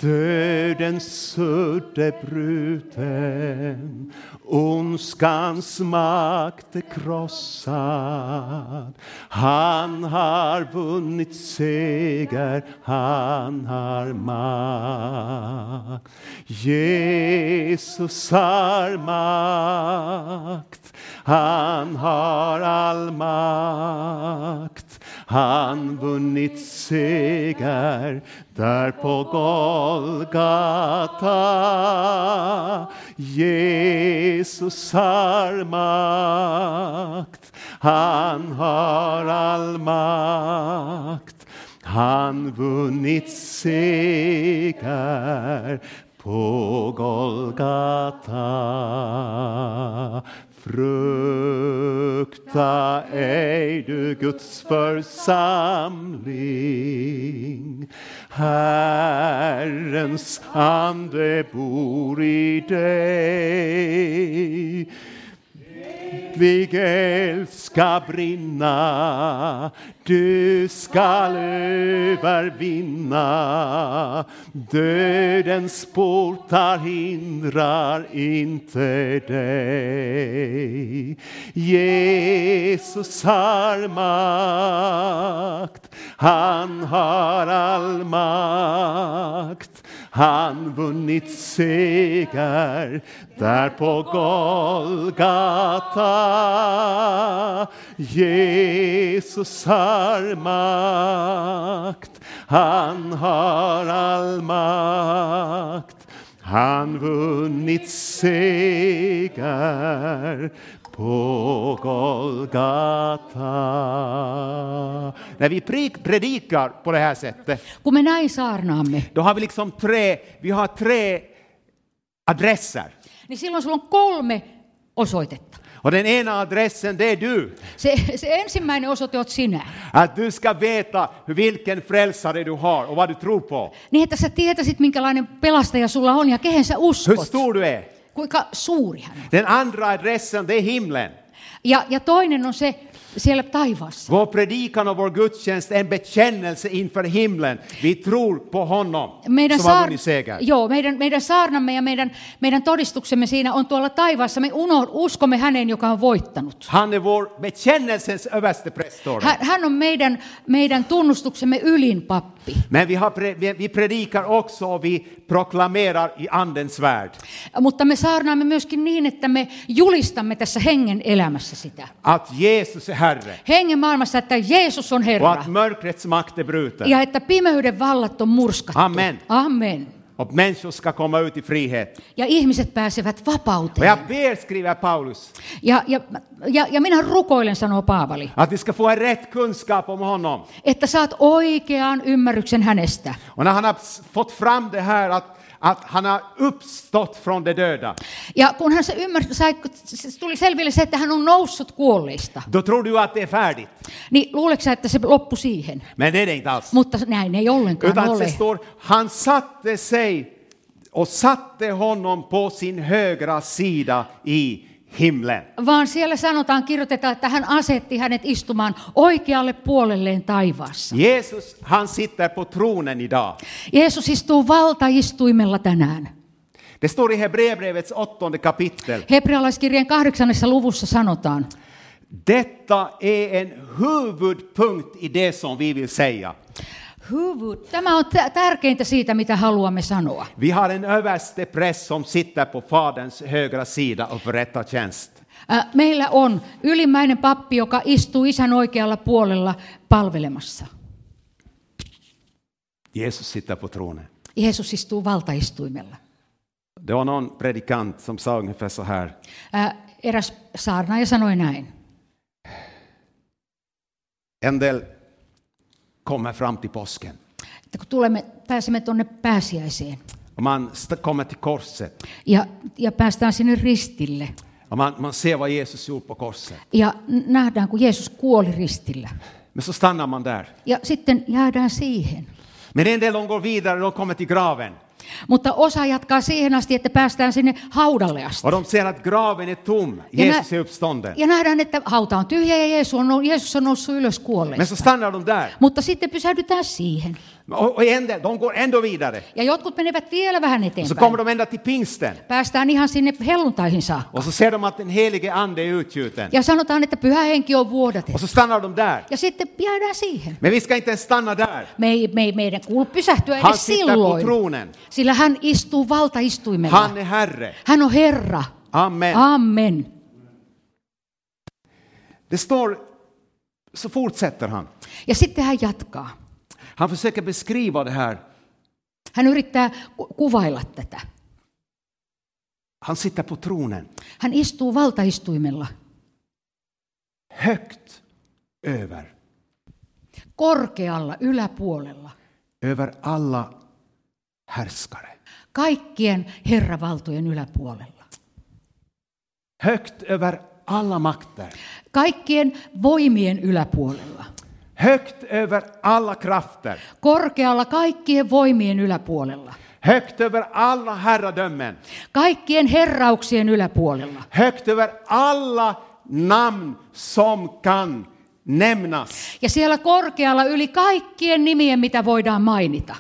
Speaker 1: Dödens sudd är bruten, ondskans makt är krossad. Han har vunnit seger, han har makt. Jesus har makt, han har all makt. Han vunnit seger där på Golgata. Jesus har makt, han har all makt. Han vunnit seger på Golgata. Frukta ej du Guds församling. Herrens ande bor i dig. Evig eld ska brinna, du skall övervinna. Dödens portar hindrar inte dig. Jesus har makt, han har all makt. Han vunnit seger där på Golgata. Jesus har makt, han har all makt. Han vunnit seger på Golgata. När vi prik- predikar på det här sättet
Speaker 2: Kun me näin saarnaamme,
Speaker 1: då har vi liksom tre, vi har tre adresser.
Speaker 2: niin silloin sulla on kolme osoitetta.
Speaker 1: Och den ena adressen, det är du.
Speaker 2: Se, se ensimmäinen osoite oot sinä.
Speaker 1: Att du ska veta vilken frälsare du har och vad du tror på.
Speaker 2: Niin, että sä tietäisit, minkälainen pelastaja sulla on ja kehen sä
Speaker 1: Hur
Speaker 2: uskot.
Speaker 1: stor du är.
Speaker 2: Kuinka suuri hän on.
Speaker 1: Den andra adressen, det är himlen.
Speaker 2: Ja, ja toinen on se siellä taivaassa.
Speaker 1: Vår predikan och vår gudstjänst är en bekännelse inför himlen. Vi tror på honom
Speaker 2: Meidän,
Speaker 1: som har
Speaker 2: saar...
Speaker 1: vunnit seger.
Speaker 2: Joo, meidän, meidän saarnamme ja meidän, meidän todistuksemme siinä on tuolla taivaassa. Me uno, uskomme häneen, joka on voittanut.
Speaker 1: Han är vår bekännelsens överste
Speaker 2: Hän, hän on meidän, meidän tunnustuksemme ylin pappi.
Speaker 1: Men vi, har pre, vi- vi predikar också och vi proklamerar i Andens värld
Speaker 2: Mutta me saarnaamme myöskin niin, että me julistamme tässä hengen elämässä sitä.
Speaker 1: att Jesus är Herre
Speaker 2: Hengen maailmassa, että Jeesus on
Speaker 1: och
Speaker 2: Herra.
Speaker 1: att mörkrets makt är bruten
Speaker 2: Ja että pimeyden vallat on murskattu.
Speaker 1: Amen.
Speaker 2: Amen.
Speaker 1: och människor ska komma ut i frihet.
Speaker 2: Ja ihmiset pääsevät
Speaker 1: Och
Speaker 2: vapauteen.
Speaker 1: jag ber, skriver Paulus,
Speaker 2: Ja, ja, ja, ja minä rukoilen, sanoo Paavali,
Speaker 1: att vi ska få en rätt kunskap om honom.
Speaker 2: että saat oikean ymmärryksen hänestä.
Speaker 1: Och när han har s- fått fram det här att, att han har uppstått från de döda,
Speaker 2: Ja kun hän se ymmär, sai, se tuli selville se, että hän on noussut kuolleista,
Speaker 1: då tror du att det är färdigt.
Speaker 2: niin luuleeko sä, että se loppui siihen?
Speaker 1: Men det är det inte alls.
Speaker 2: Mutta näin ei ollenkaan
Speaker 1: Utan det
Speaker 2: ole.
Speaker 1: står, han satte sig och satte honom på sin högra sida i himlen.
Speaker 2: Vaan siellä sanotaan, kirjoitetaan, että hän asetti hänet istumaan oikealle puolelleen taivaassa.
Speaker 1: Jesus, han sitter på tronen idag.
Speaker 2: Jeesus istuu valtaistuimella tänään.
Speaker 1: Det står i Hebreerbrevets åttonde kapitel.
Speaker 2: Hebrealaiskirjeen kahdeksannessa luvussa sanotaan,
Speaker 1: Detta är en huvudpunkt i det som vi vill säga.
Speaker 2: Hyvud. Tämä on tä- tärkeintä siitä, mitä haluamme sanoa.
Speaker 1: Vi har en överste präst som sitter på Faderns högra sida och förrättar tjänst.
Speaker 2: Ä, Meillä on ylimmäinen pappi, joka istuu isän oikealla puolella palvelemassa.
Speaker 1: Jesus sitter på tronen.
Speaker 2: Jeesus istuu valtaistuimella.
Speaker 1: Det var någon predikant som sa ungefär så här.
Speaker 2: Ä, Eräs saarnaaja sanoi näin.
Speaker 1: En del kommer fram till påsken.
Speaker 2: Että kun tulemme, pääsemme tuonne pääsiäiseen
Speaker 1: Och man st- kommer till korset.
Speaker 2: ja, ja päästään sinne ristille
Speaker 1: Och man, man ser vad Jesus gjorde på korset.
Speaker 2: ja n- nähdään, kun Jeesus kuoli ristillä.
Speaker 1: Men så stannar man där.
Speaker 2: Ja sitten jäädään siihen.
Speaker 1: Men en del de går vidare, de kommer till graven.
Speaker 2: Mutta osa jatkaa siihen asti, että päästään sinne haudalle asti.
Speaker 1: Och de ser att graven är tom.
Speaker 2: Ja
Speaker 1: Jesus
Speaker 2: nä-
Speaker 1: är uppstånden.
Speaker 2: Ja nähdään, että hauta on tyhjä ja Jeesus on, nou- Jeesus on noussut ylös
Speaker 1: Men
Speaker 2: kuolleista.
Speaker 1: så stannar de där.
Speaker 2: Mutta sitten pysähdytään siihen.
Speaker 1: Och, och en del, de går ändå vidare.
Speaker 2: Ja jotkut menevät vielä vähän
Speaker 1: Och så kommer
Speaker 2: eteenpäin.
Speaker 1: de ända till pingsten.
Speaker 2: Päästään ihan sinne helluntaihin saakka.
Speaker 1: Och så ser de att den helige ande är utgjuten.
Speaker 2: Ja sanotaan, että pyhä henki on
Speaker 1: Och
Speaker 2: vuodatettu.
Speaker 1: så stannar de där.
Speaker 2: Ja sitten jäädään siihen.
Speaker 1: Men vi ska inte ens stanna där.
Speaker 2: Me ei, me ei meidän kuulu pysähtyä
Speaker 1: Han
Speaker 2: edes
Speaker 1: sitter på
Speaker 2: silloin.
Speaker 1: tronen.
Speaker 2: Sillä hän istuu valtaistuimella.
Speaker 1: Han är herre.
Speaker 2: Hän on Herra.
Speaker 1: Amen.
Speaker 2: Amen.
Speaker 1: Det står, så fortsätter han.
Speaker 2: Ja sitten hän jatkaa.
Speaker 1: Han försöker beskriva det här.
Speaker 2: Hän yrittää ku- kuvailla tätä.
Speaker 1: Han sitter på tronen,
Speaker 2: Hän istuu valtaistuimella
Speaker 1: högt över,
Speaker 2: korkealla yläpuolella.
Speaker 1: över alla härskare.
Speaker 2: kaikkien herravaltojen yläpuolella.
Speaker 1: Högt över alla makter,
Speaker 2: Kaikkien voimien yläpuolella.
Speaker 1: högt över alla krafter,
Speaker 2: Korkealla kaikkien voimien yläpuolella.
Speaker 1: högt över alla herradömen,
Speaker 2: Kaikkien herrauksien yläpuolella.
Speaker 1: högt över alla namn som kan nämnas.
Speaker 2: Ja siellä korkealla yli kaikkien nimien, mitä voidaan mainita.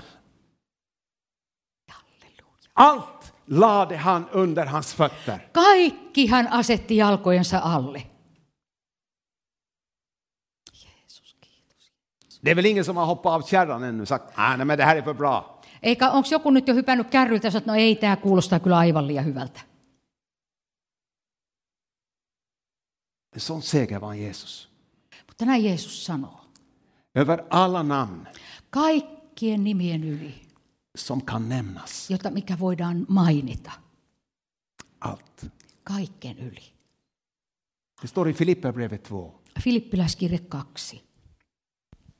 Speaker 1: Allt lade han under hans fötter.
Speaker 2: Kaikki hän asetti jalkojensa alle.
Speaker 1: Det är väl ingen som har hoppat av kärran ännu och sagt "Ah, nej men det här är för bra.
Speaker 2: Eikä onko joku nyt jo hypännyt kärryltä ja sanonut, no ei, tämä kuulostaa kyllä aivan liian hyvältä.
Speaker 1: En sån seger var Jesus.
Speaker 2: Mutta näin Jeesus sanoo.
Speaker 1: Över alla namn
Speaker 2: Kaikkien nimien yli,
Speaker 1: som kan nämnas.
Speaker 2: jota mikä voidaan mainita.
Speaker 1: Allt.
Speaker 2: Kaikkien yli.
Speaker 1: Det står i Filipperbrevet 2.
Speaker 2: Filippiläiskirje 2.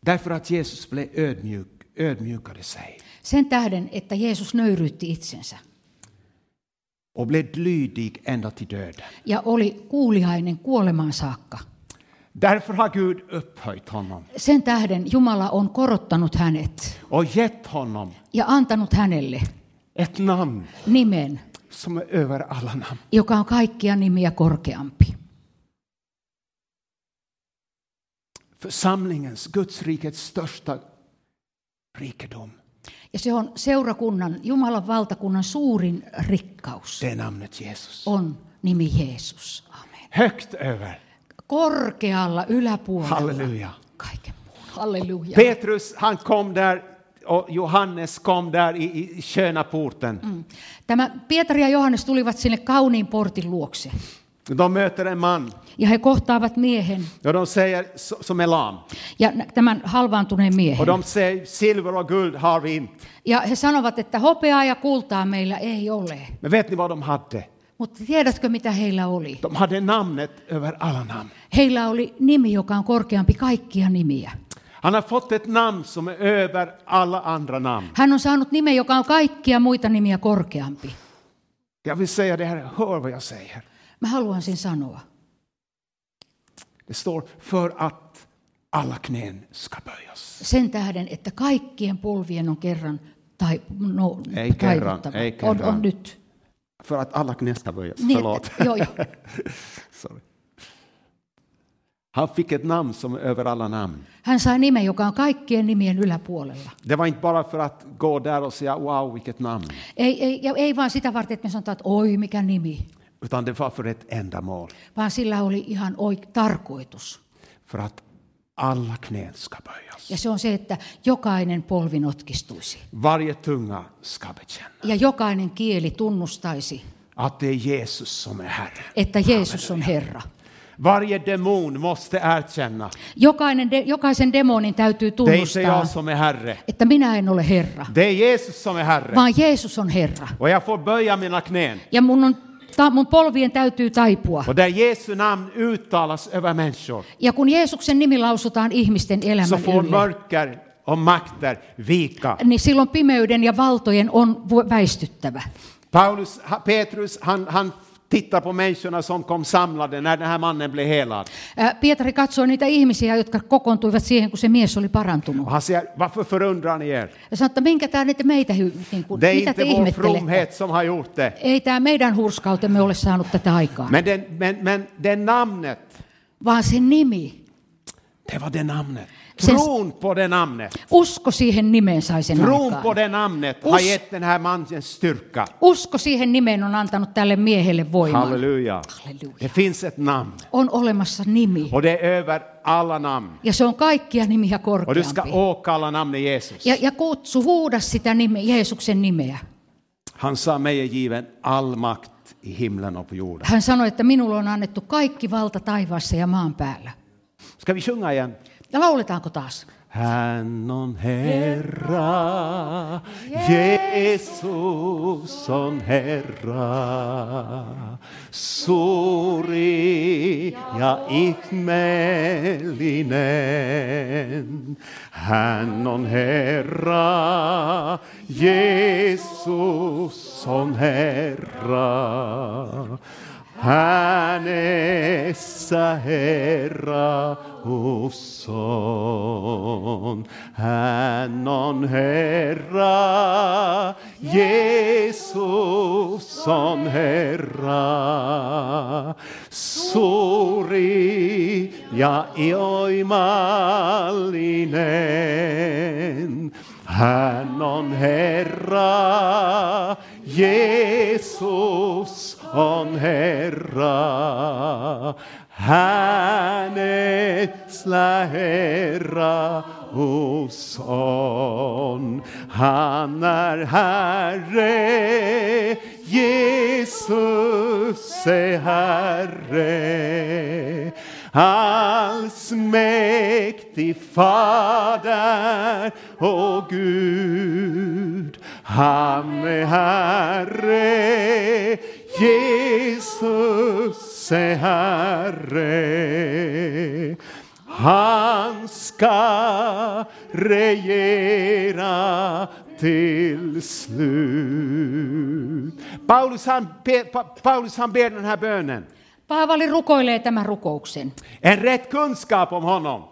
Speaker 1: Därför att Jesus blev ödmjuk, ödmjukade sig
Speaker 2: Sen tähden, että Jeesus nöyryytti itsensä
Speaker 1: och blev lydig ända till döden.
Speaker 2: ja oli kuuliainen kuolemaan saakka.
Speaker 1: Därför har Gud upphöjt honom
Speaker 2: Sen tähden Jumala on korottanut hänet
Speaker 1: och gett honom
Speaker 2: ja antanut hänelle
Speaker 1: ett namn
Speaker 2: nimen,
Speaker 1: som är över alla namn.
Speaker 2: joka on kaikkia nimiä korkeampi.
Speaker 1: Församlingens, Guds rikets största rikedom,
Speaker 2: Ja se on seurakunnan, Jumalan valtakunnan suurin rikkaus.
Speaker 1: det är namnet Jesus.
Speaker 2: On nimi Jeesus. Amen.
Speaker 1: Högt över.
Speaker 2: Korkealla yläpuolella.
Speaker 1: Halleluja.
Speaker 2: Kaiken muun. Halleluja.
Speaker 1: Petrus, han kom där och Johannes kom där i, i sköna porten.
Speaker 2: Mm. Tämä Pietari ja Johannes tulivat sinne kauniin portin luokse.
Speaker 1: De möter en man
Speaker 2: Ja he kohtaavat miehen
Speaker 1: och de säger, "So- som är lam.
Speaker 2: ja nä- tämän halvaantuneen miehen.
Speaker 1: Och de säger, silver och guld har vi inte.
Speaker 2: Ja he sanovat, että hopeaa ja kultaa meillä ei ole.
Speaker 1: Men vet ni vad de hade?
Speaker 2: Mutta tiedätkö mitä heillä oli?
Speaker 1: De hade namnet över alla namn.
Speaker 2: Heillä oli nimi, joka on korkeampi kaikkia nimiä.
Speaker 1: Han har fått ett namn som är över alla andra namn.
Speaker 2: Hän on saanut nimen, joka on kaikkia muita nimiä korkeampi.
Speaker 1: Jag vill säga det här, hör vad jag säger.
Speaker 2: Mä haluan sen sanoa.
Speaker 1: Det står för att alla knän ska böjas.
Speaker 2: Sen tähden, että kaikkien polvien on kerran tai, no,
Speaker 1: Ei kerran,
Speaker 2: taivuttava.
Speaker 1: ei
Speaker 2: on,
Speaker 1: kerran.
Speaker 2: on nyt. Niin,
Speaker 1: För att alla knän ska böjas, förlåt.
Speaker 2: että- joo, joo.
Speaker 1: Sorry. Han fick ett namn som är över alla namn.
Speaker 2: Hän sai nimen, joka on kaikkien nimien yläpuolella.
Speaker 1: Det var inte bara för att gå där och säga wow vilket namn,
Speaker 2: Ei, ei, ja ei vaan sitä varten, että me sanotaan, että oi mikä nimi,
Speaker 1: utan det var för ett ändamål.
Speaker 2: vaan sillä oli ihan oik- tarkoitus.
Speaker 1: För att alla knän ska böjas.
Speaker 2: Ja se on se, että jokainen polvi notkistuisi.
Speaker 1: Varje tunga ska bekänna
Speaker 2: Ja jokainen kieli tunnustaisi,
Speaker 1: att det är Jesus som är Herre.
Speaker 2: että Jeesus on Herra.
Speaker 1: Varje demon måste erkänna,
Speaker 2: Jokainen de, jokaisen demonin
Speaker 1: det är
Speaker 2: täytyy
Speaker 1: inte
Speaker 2: tunnustaa,
Speaker 1: jag som är Herre,
Speaker 2: että minä en ole Herra,
Speaker 1: det är Jesus som är Herre.
Speaker 2: vaan Jeesus on Herra.
Speaker 1: Och jag får böja mina knän.
Speaker 2: Ja mun, on, ta, mun polvien täytyy taipua.
Speaker 1: Och där Jesu namn uttalas över människor
Speaker 2: Ja kun Jeesuksen nimi lausutaan ihmisten
Speaker 1: så
Speaker 2: elämän
Speaker 1: får
Speaker 2: ylle,
Speaker 1: mörker och makter vika.
Speaker 2: niin silloin pimeyden ja valtojen on vu- väistyttävä.
Speaker 1: Paulus, ha- Petrus, han, han tittar på människorna som kom samlade när den här mannen blev helad.
Speaker 2: Ää, Pietari katsoi niitä ihmisiä, jotka kokoontuivat siihen, kun se mies oli parantunut.
Speaker 1: Och han säger, varför förundrar ni er?
Speaker 2: Ja sanoi, että minkä tämä nyt meitä, hy- niin kuin,
Speaker 1: Det är
Speaker 2: mitä
Speaker 1: inte
Speaker 2: te
Speaker 1: vår
Speaker 2: ihmettelette?
Speaker 1: fromhet som har gjort det.
Speaker 2: Ei tämä meidän hurskautemme ole saanut tätä aikaa,
Speaker 1: Men, den, men, men det namnet,
Speaker 2: vaan se nimi.
Speaker 1: det var det namnet.
Speaker 2: Sen-
Speaker 1: Tron på det namnet.
Speaker 2: Usko siihen nimeen sai sen
Speaker 1: Tron på
Speaker 2: aikaan.
Speaker 1: det namnet
Speaker 2: Us-
Speaker 1: har gett den här mannen styrka.
Speaker 2: Usko siihen nimeen on antanut tälle miehelle voiman.
Speaker 1: Halleluja.
Speaker 2: Halleluja.
Speaker 1: Det finns ett namn
Speaker 2: On olemassa nimi.
Speaker 1: och det är över alla namn.
Speaker 2: Ja se on kaikkia nimiä
Speaker 1: Och du ska
Speaker 2: korkeampi.
Speaker 1: åkalla namnet Jesus.
Speaker 2: Ja, ja kutsu, huuda sitä nime, Jeesuksen nimeä.
Speaker 1: Han sa mig är given all makt i himlen och på jorden.
Speaker 2: Hän sanoi, että minulle on annettu kaikki valta taivaassa ja maan päällä.
Speaker 1: Ska vi sjunga igen?
Speaker 2: Ja lauletaanko taas?
Speaker 1: Hän on Herra, Jesus on Herra. Suuri ja ihmeellinen. Hän on Herra, Jesus on Herra. Hänessä Herra uskon. Hän on Herra, Jeesus on Herra. Suuri ja oimallinen. Hän on Herra, Jeesus on Herra. Hänessä Herra hos on. Han är Herre, Jesus är Herre. Allsmäktig Fader och Gud. Han är Herre, Jesus är Herre. Han ska regera till slut. Paulus han, ber, Pa- Paulus han ber den här bönen.
Speaker 2: Paavali rukoilee tämän rukouksen.
Speaker 1: En rätt kunskap om honom.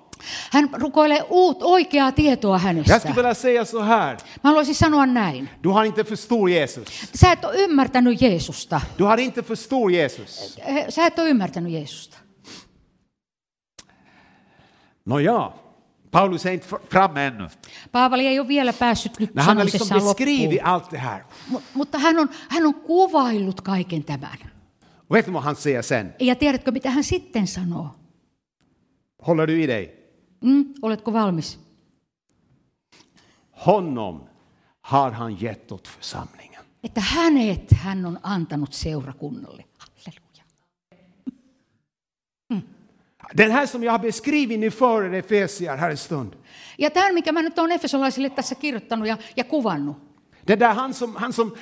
Speaker 2: Hän rukoilee uut, oikeaa tietoa
Speaker 1: Jag
Speaker 2: hänestä.
Speaker 1: skulle
Speaker 2: Mä
Speaker 1: vilja säga så här.
Speaker 2: haluaisin sanoa näin.
Speaker 1: Du har inte förstått Jesus.
Speaker 2: Sä et ole ymmärtänyt Jeesusta.
Speaker 1: Du har inte förstått Jesus.
Speaker 2: Eh, Sä et ole ymmärtänyt Jeesusta.
Speaker 1: Nåja, Paulus är inte framme ännu.
Speaker 2: Paavali ei ole vielä päässyt nyt
Speaker 1: När han har liksom
Speaker 2: sanomisessaan
Speaker 1: beskrivit
Speaker 2: loppuun.
Speaker 1: allt det här.
Speaker 2: Mu- Mutta hän on, hän on kuvaillut kaiken tämän.
Speaker 1: Och vet du vad han säger sen?
Speaker 2: Ja tiedätkö, mitä hän sitten sanoo?
Speaker 1: Håller du i dig?
Speaker 2: Mm, oletko valmis?
Speaker 1: Honom har han gett åt församlingen.
Speaker 2: Että hänet hän on antanut seurakunnalle. Halleluja.
Speaker 1: Den här som jag har beskrivit nu före Efesier här en stund.
Speaker 2: Ja tämän, mikä mä nyt olen Efesolaisille tässä kirjoittanut ja, ja kuvannut.
Speaker 1: Det där han som, han som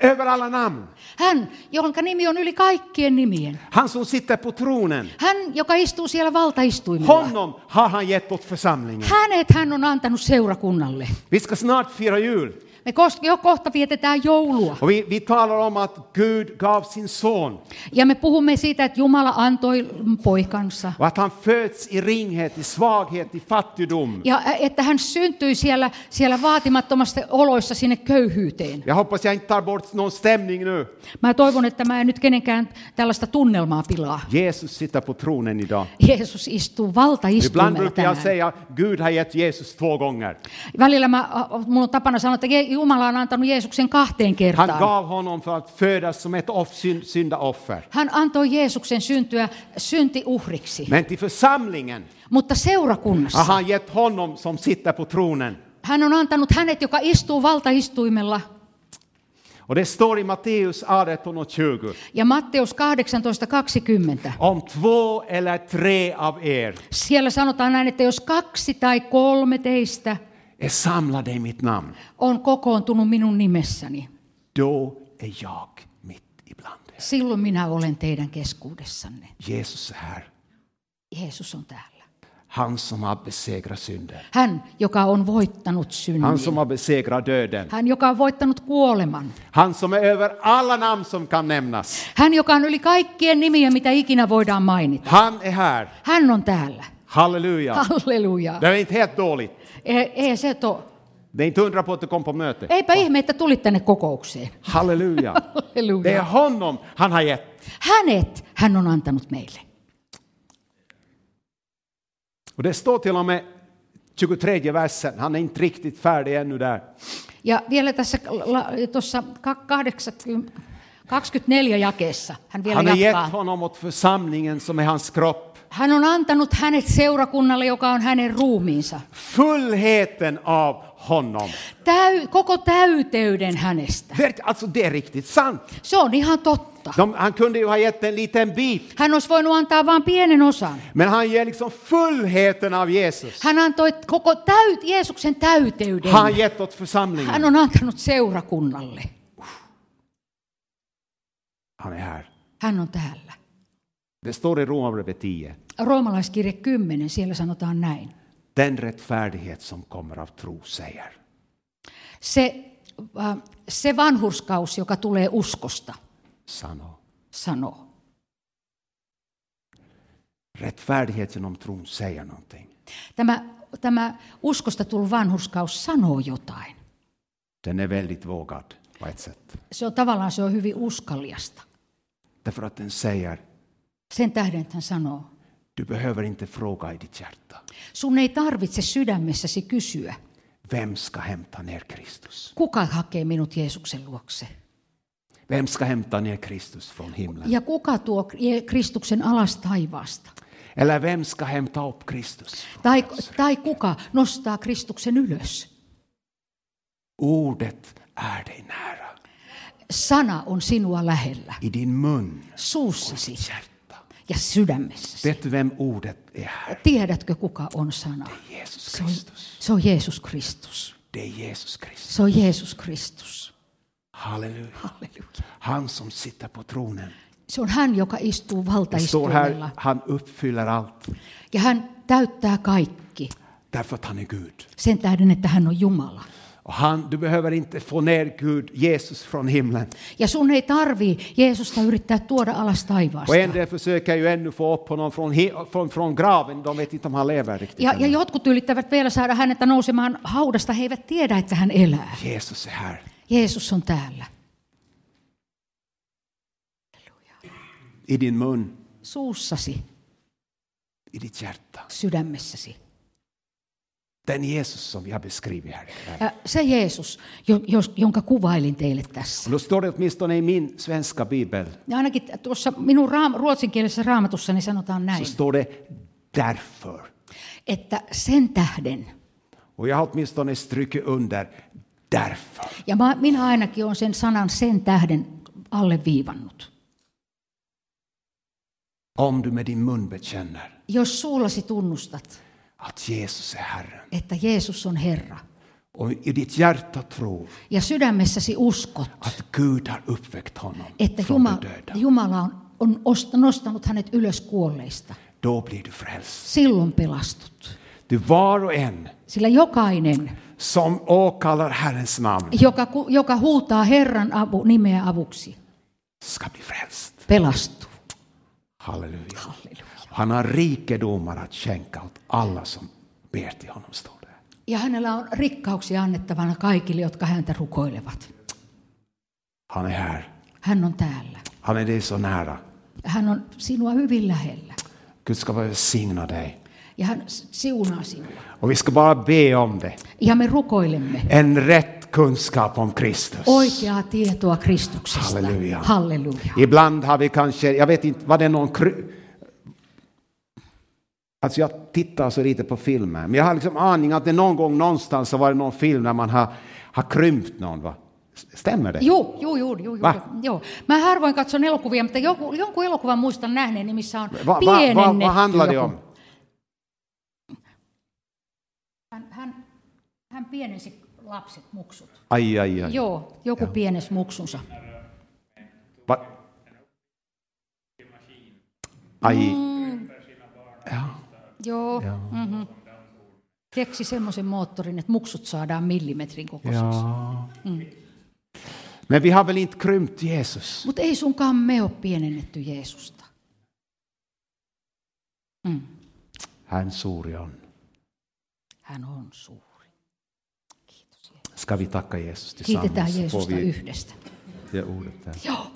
Speaker 1: över alla namn.
Speaker 2: Hän, jonka nimi on yli kaikkien nimien.
Speaker 1: Han som sitter på tronen.
Speaker 2: Hän, joka istuu siellä valtaistuimella.
Speaker 1: Honom har han gett åt församlingen.
Speaker 2: Hänet hän on antanut seurakunnalle.
Speaker 1: Vi ska snart fira jul.
Speaker 2: Me kos- jo kohta vietetään joulua.
Speaker 1: Och vi, vi talar om att Gud gav sin son
Speaker 2: Ja me puhumme siitä, että Jumala antoi poikansa.
Speaker 1: och att han föds i ringhet, i svaghet, i fattigdom.
Speaker 2: Ja ä, että hän syntyi siellä, siellä vaatimattomassa oloissa sinne köyhyyteen.
Speaker 1: Jag hoppas jag inte tar bort någon stämning nu.
Speaker 2: Mä toivon, että mä en nyt kenenkään tällaista tunnelmaa pilaa.
Speaker 1: Jesus sitter på tronen idag.
Speaker 2: Jeesus istuu
Speaker 1: Ibland
Speaker 2: valtaistuimella
Speaker 1: brukar jag
Speaker 2: tänään.
Speaker 1: säga Gud har gett Jesus två gånger.
Speaker 2: Välillä mä, ä, mulla on tapana sanoa, että Je- Jumala on antanut Jeesuksen kahteen
Speaker 1: Han
Speaker 2: kertaan.
Speaker 1: gav honom för att födas som ett off, synd, syndaoffer.
Speaker 2: Hän antoi Jeesuksen syntyä syntiuhriksi.
Speaker 1: Men till församlingen
Speaker 2: Mutta
Speaker 1: har
Speaker 2: seurakunnassa
Speaker 1: han gett honom som sitter på tronen.
Speaker 2: hän on antanut hänet, joka istuu valtaistuimella.
Speaker 1: Och det står i Matteus 18 och 20.
Speaker 2: Ja Matteus 18.20.
Speaker 1: Om två eller tre av er
Speaker 2: Siellä sanotaan näin, että jos kaksi tai kolme teistä
Speaker 1: är samlade i mitt namn,
Speaker 2: on kokoontunut minun nimessäni,
Speaker 1: då är jag mitt ibland er.
Speaker 2: silloin minä olen teidän keskuudessanne.
Speaker 1: Jesus är här,
Speaker 2: Jeesus on täällä.
Speaker 1: han som har besegrat synden,
Speaker 2: Hän, joka on voittanut synnin.
Speaker 1: han som har besegrat döden,
Speaker 2: Hän, joka on voittanut kuoleman.
Speaker 1: han som är över alla namn som kan nämnas.
Speaker 2: Hän, joka on yli kaikkien nimiä, mitä ikinä voidaan mainita.
Speaker 1: Han är här,
Speaker 2: Hän on täällä.
Speaker 1: halleluja.
Speaker 2: Halleluja.
Speaker 1: Det är inte helt dåligt.
Speaker 2: Ei, ei se to.
Speaker 1: Det är inte undra på att du kom på mötet.
Speaker 2: Eipä ihme, että tulit tänne kokoukseen.
Speaker 1: Halleluja. Det är
Speaker 2: Halleluja.
Speaker 1: honom han har gett.
Speaker 2: Hänet hän on antanut meille.
Speaker 1: Och det står till och med 23 versen, han är inte riktigt färdig ännu där.
Speaker 2: Ja vielä tässä la- tuossa ka- 80 24 jakeessa hän vielä
Speaker 1: Han har
Speaker 2: jatkaa.
Speaker 1: gett honom åt församlingen som är hans kropp.
Speaker 2: Hän on antanut hänet seurakunnalle, joka on hänen ruumiinsa.
Speaker 1: Fullheten av honom.
Speaker 2: Täy, koko täyteyden hänestä.
Speaker 1: Verk- Alltså det är riktigt sant.
Speaker 2: Se on ihan totta.
Speaker 1: De, han kunde ju ha gett en liten bit,
Speaker 2: Hän olisi voinut antaa vain pienen osan.
Speaker 1: men han ger liksom fullheten av Jesus.
Speaker 2: Hän antoi koko täyt, Jeesuksen täyteyden.
Speaker 1: Har han gett åt
Speaker 2: Hän
Speaker 1: församlingen.
Speaker 2: on antanut seurakunnalle.
Speaker 1: Han är här.
Speaker 2: Hän on täällä.
Speaker 1: Det står i Romarbrevet 10.
Speaker 2: Roomalaiskirje 10, siellä sanotaan näin.
Speaker 1: Den rättfärdighet som kommer av tro säger.
Speaker 2: Se, äh, se vanhurskaus, joka tulee uskosta,
Speaker 1: Sanno.
Speaker 2: sanoo.
Speaker 1: Rättfärdighet genom tron säger någonting.
Speaker 2: Tämä, tämä uskosta tullut vanhurskaus sanoo jotain.
Speaker 1: Den är väldigt vågad på ett sätt.
Speaker 2: Se on tavallaan se on hyvin uskalliasta.
Speaker 1: Därför att den säger,
Speaker 2: Sen tähden että hän sanoo.
Speaker 1: du behöver inte fråga i ditt hjärta.
Speaker 2: Sun ei tarvitse sydämessäsi kysyä,
Speaker 1: Vem ska hämta ner Kristus?
Speaker 2: kuka hakee minut Jeesuksen luokse.
Speaker 1: Vem ska hämta ner Kristus från himlen?
Speaker 2: Ja kuka tuo Je- Kristuksen alas taivaasta?
Speaker 1: Eller vem ska hämta upp Kristus? från
Speaker 2: Tai,
Speaker 1: dödsriket?
Speaker 2: tai kuka nostaa Kristuksen ylös?
Speaker 1: Ordet är dig nära,
Speaker 2: Sana on sinua lähellä,
Speaker 1: i din mun,
Speaker 2: suussasi
Speaker 1: hjärta.
Speaker 2: ja sydämessäsi.
Speaker 1: Vet du vem ordet är här?
Speaker 2: Tiedätkö, kuka on sana?
Speaker 1: Jesus
Speaker 2: Se on,
Speaker 1: Kristus.
Speaker 2: se on Jeesus Kristus.
Speaker 1: Det är Jesus Kristus.
Speaker 2: Se on Jeesus Kristus.
Speaker 1: Halleluja.
Speaker 2: Halleluja.
Speaker 1: Han som sitter på tronen.
Speaker 2: Se on hän, joka istuu
Speaker 1: Det står
Speaker 2: valtaistuimella.
Speaker 1: här, han uppfyller allt
Speaker 2: Ja hän täyttää kaikki
Speaker 1: därför att han är Gud.
Speaker 2: sen tähden, että hän on Jumala.
Speaker 1: Och han, du behöver inte få ner Gud, Jesus från himlen.
Speaker 2: Ja sun ei tarvii Jeesusta yrittää tuoda alas taivaasta.
Speaker 1: Och en del försöker ju ännu få upp honom från, hi- från, från graven, de vet inte om han lever riktigt.
Speaker 2: Ja, ja
Speaker 1: ännu.
Speaker 2: jotkut yrittävät vielä saada hänet nousemaan haudasta, he eivät tiedä, että hän elää.
Speaker 1: Jesus är här.
Speaker 2: Jeesus on täällä.
Speaker 1: I din mun,
Speaker 2: Suussasi,
Speaker 1: i ditt hjärta.
Speaker 2: sydämessäsi.
Speaker 1: Den Jesus som jag beskriver här ikväll.
Speaker 2: Ja se Jeesus, jo- jos- jonka kuvailin teille tässä.
Speaker 1: Och då står det åtminstone i min svenska bibel,
Speaker 2: Ja ainakin tuossa minun raam, ruotsinkielisessä raamatussa niin sanotaan näin,
Speaker 1: så står det därför.
Speaker 2: että sen tähden.
Speaker 1: Och jag har åtminstone strukit under därför.
Speaker 2: Ja mä, minä ainakin olen sen sanan sen tähden alle viivannut.
Speaker 1: Om du med din mun bekänner
Speaker 2: Jos suullasi tunnustat,
Speaker 1: att Jesus är Herren
Speaker 2: että Jeesus on Herra,
Speaker 1: och i ditt hjärta tror
Speaker 2: ja sydämessäsi uskot,
Speaker 1: att Gud har uppväckt honom
Speaker 2: että
Speaker 1: från
Speaker 2: Jumala,
Speaker 1: de döda,
Speaker 2: Jumala on, on ost- nostanut hänet ylös kuolleista,
Speaker 1: då blir du frälst.
Speaker 2: silloin pelastut.
Speaker 1: Du var och en
Speaker 2: Sillä jokainen,
Speaker 1: som åkallar Herrens namn
Speaker 2: joka, ku- joka huutaa Herran avu, nimeä avuksi,
Speaker 1: ska bli frälst.
Speaker 2: pelastuu.
Speaker 1: Halleluja.
Speaker 2: Halleluja.
Speaker 1: Han har rikedomar att skänka åt alla som ber till honom, står det.
Speaker 2: Ja hänellä on rikkauksia annettavana kaikille, jotka häntä rukoilevat.
Speaker 1: Han är här.
Speaker 2: Hän on täällä.
Speaker 1: Han är dig så nära.
Speaker 2: Hän on sinua hyvin lähellä.
Speaker 1: Gud ska bara välsigna dig.
Speaker 2: Ja hän s- siunaa sinua.
Speaker 1: Och vi ska bara be om det.
Speaker 2: Ja me rukoilemme
Speaker 1: En rätt kunskap om Kristus.
Speaker 2: oikeaa tietoa Kristuksesta.
Speaker 1: Halleluja.
Speaker 2: Halleluja.
Speaker 1: Ibland har vi kanske, jag vet inte, var det någon kry... Alltså jag tittar så lite på filmer, men jag har liksom aning att det någon gång någonstans har varit någon film där man har, har krympt någon, va? Stämmer det?
Speaker 2: Juu, juu, juu, juu, juu.
Speaker 1: Väh?
Speaker 2: Joo. Mä harvoin katson elokuvia, mutta joku, jonkun elokuvan muistan nähneeni, missä on
Speaker 1: Va- va- va-
Speaker 2: pienennetty
Speaker 1: vad handlar det
Speaker 2: joku.
Speaker 1: om?
Speaker 2: Hän, hän, hän pienensi lapset, muksut.
Speaker 1: Aj, aj, aj.
Speaker 2: Joo, joku pienes muksunsa.
Speaker 1: Va? Aj.
Speaker 2: Joo. Mm-hmm. Keksi semmoisen moottorin, että muksut saadaan millimetrin kokoisiksi.
Speaker 1: Ja. Men vi har väl inte krympt Jesus?
Speaker 2: Mutta ei sunkaan me ole pienennetty Jeesusta. Mm.
Speaker 1: Herrn Sorion.
Speaker 2: Hän on suuri. Kiitos. Jeesus.
Speaker 1: Ska vi tacka Jesus tillsammans?
Speaker 2: Kiitetään
Speaker 1: Får
Speaker 2: Jeesusta
Speaker 1: vi
Speaker 2: yhdestä.
Speaker 1: ge ordet där?
Speaker 2: Joo.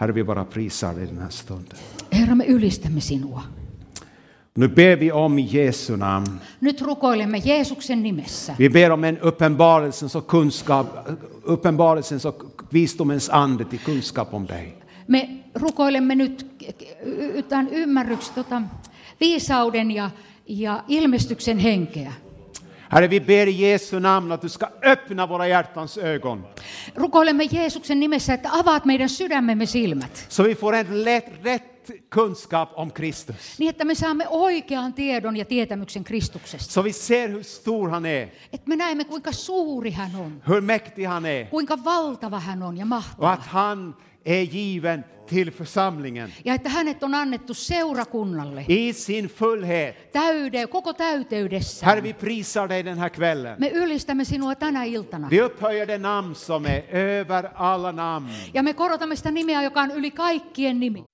Speaker 1: Herre, vi bara prisar dig den här stunden.
Speaker 2: Herra, me ylistämme sinua.
Speaker 1: Nu ber vi om i Jesu namn.
Speaker 2: Nyt rukoilemme Jeesuksen nimessä.
Speaker 1: Vi ber om en uppenbarelsens och kunskap, uppenbarelsens och visdomens ande till kunskap om dig.
Speaker 2: Me rukoilemme nyt y- y- tämän ymmärryksen, tota, viisauden ja, ja ilmestyksen henkeä.
Speaker 1: Herre, vi ber i Jesu namn att du ska öppna våra hjärtans ögon
Speaker 2: Rukoilemme Jeesuksen nimessä, että avaat meidän sydämemme silmät.
Speaker 1: så vi får en lätt, rätt kunskap om Kristus.
Speaker 2: Niin, että me saamme oikean tiedon ja tietämyksen Kristuksesta.
Speaker 1: Så vi ser hur stor han är,
Speaker 2: Että me näemme, kuinka suuri hän on,
Speaker 1: hur mäktig han är
Speaker 2: kuinka valtava hän on ja
Speaker 1: och
Speaker 2: mahtava.
Speaker 1: att han är given till församlingen
Speaker 2: Ja että hänet on annettu seurakunnalle
Speaker 1: i sin fullhet.
Speaker 2: täyde, koko täyteydessä.
Speaker 1: Herre, vi prisar dig den här kvällen.
Speaker 2: Me ylistämme sinua tänä iltana.
Speaker 1: Vi upphöjer det namn som är över alla namn.
Speaker 2: Ja me korotamme sitä nimeä, joka on yli kaikkien nimi.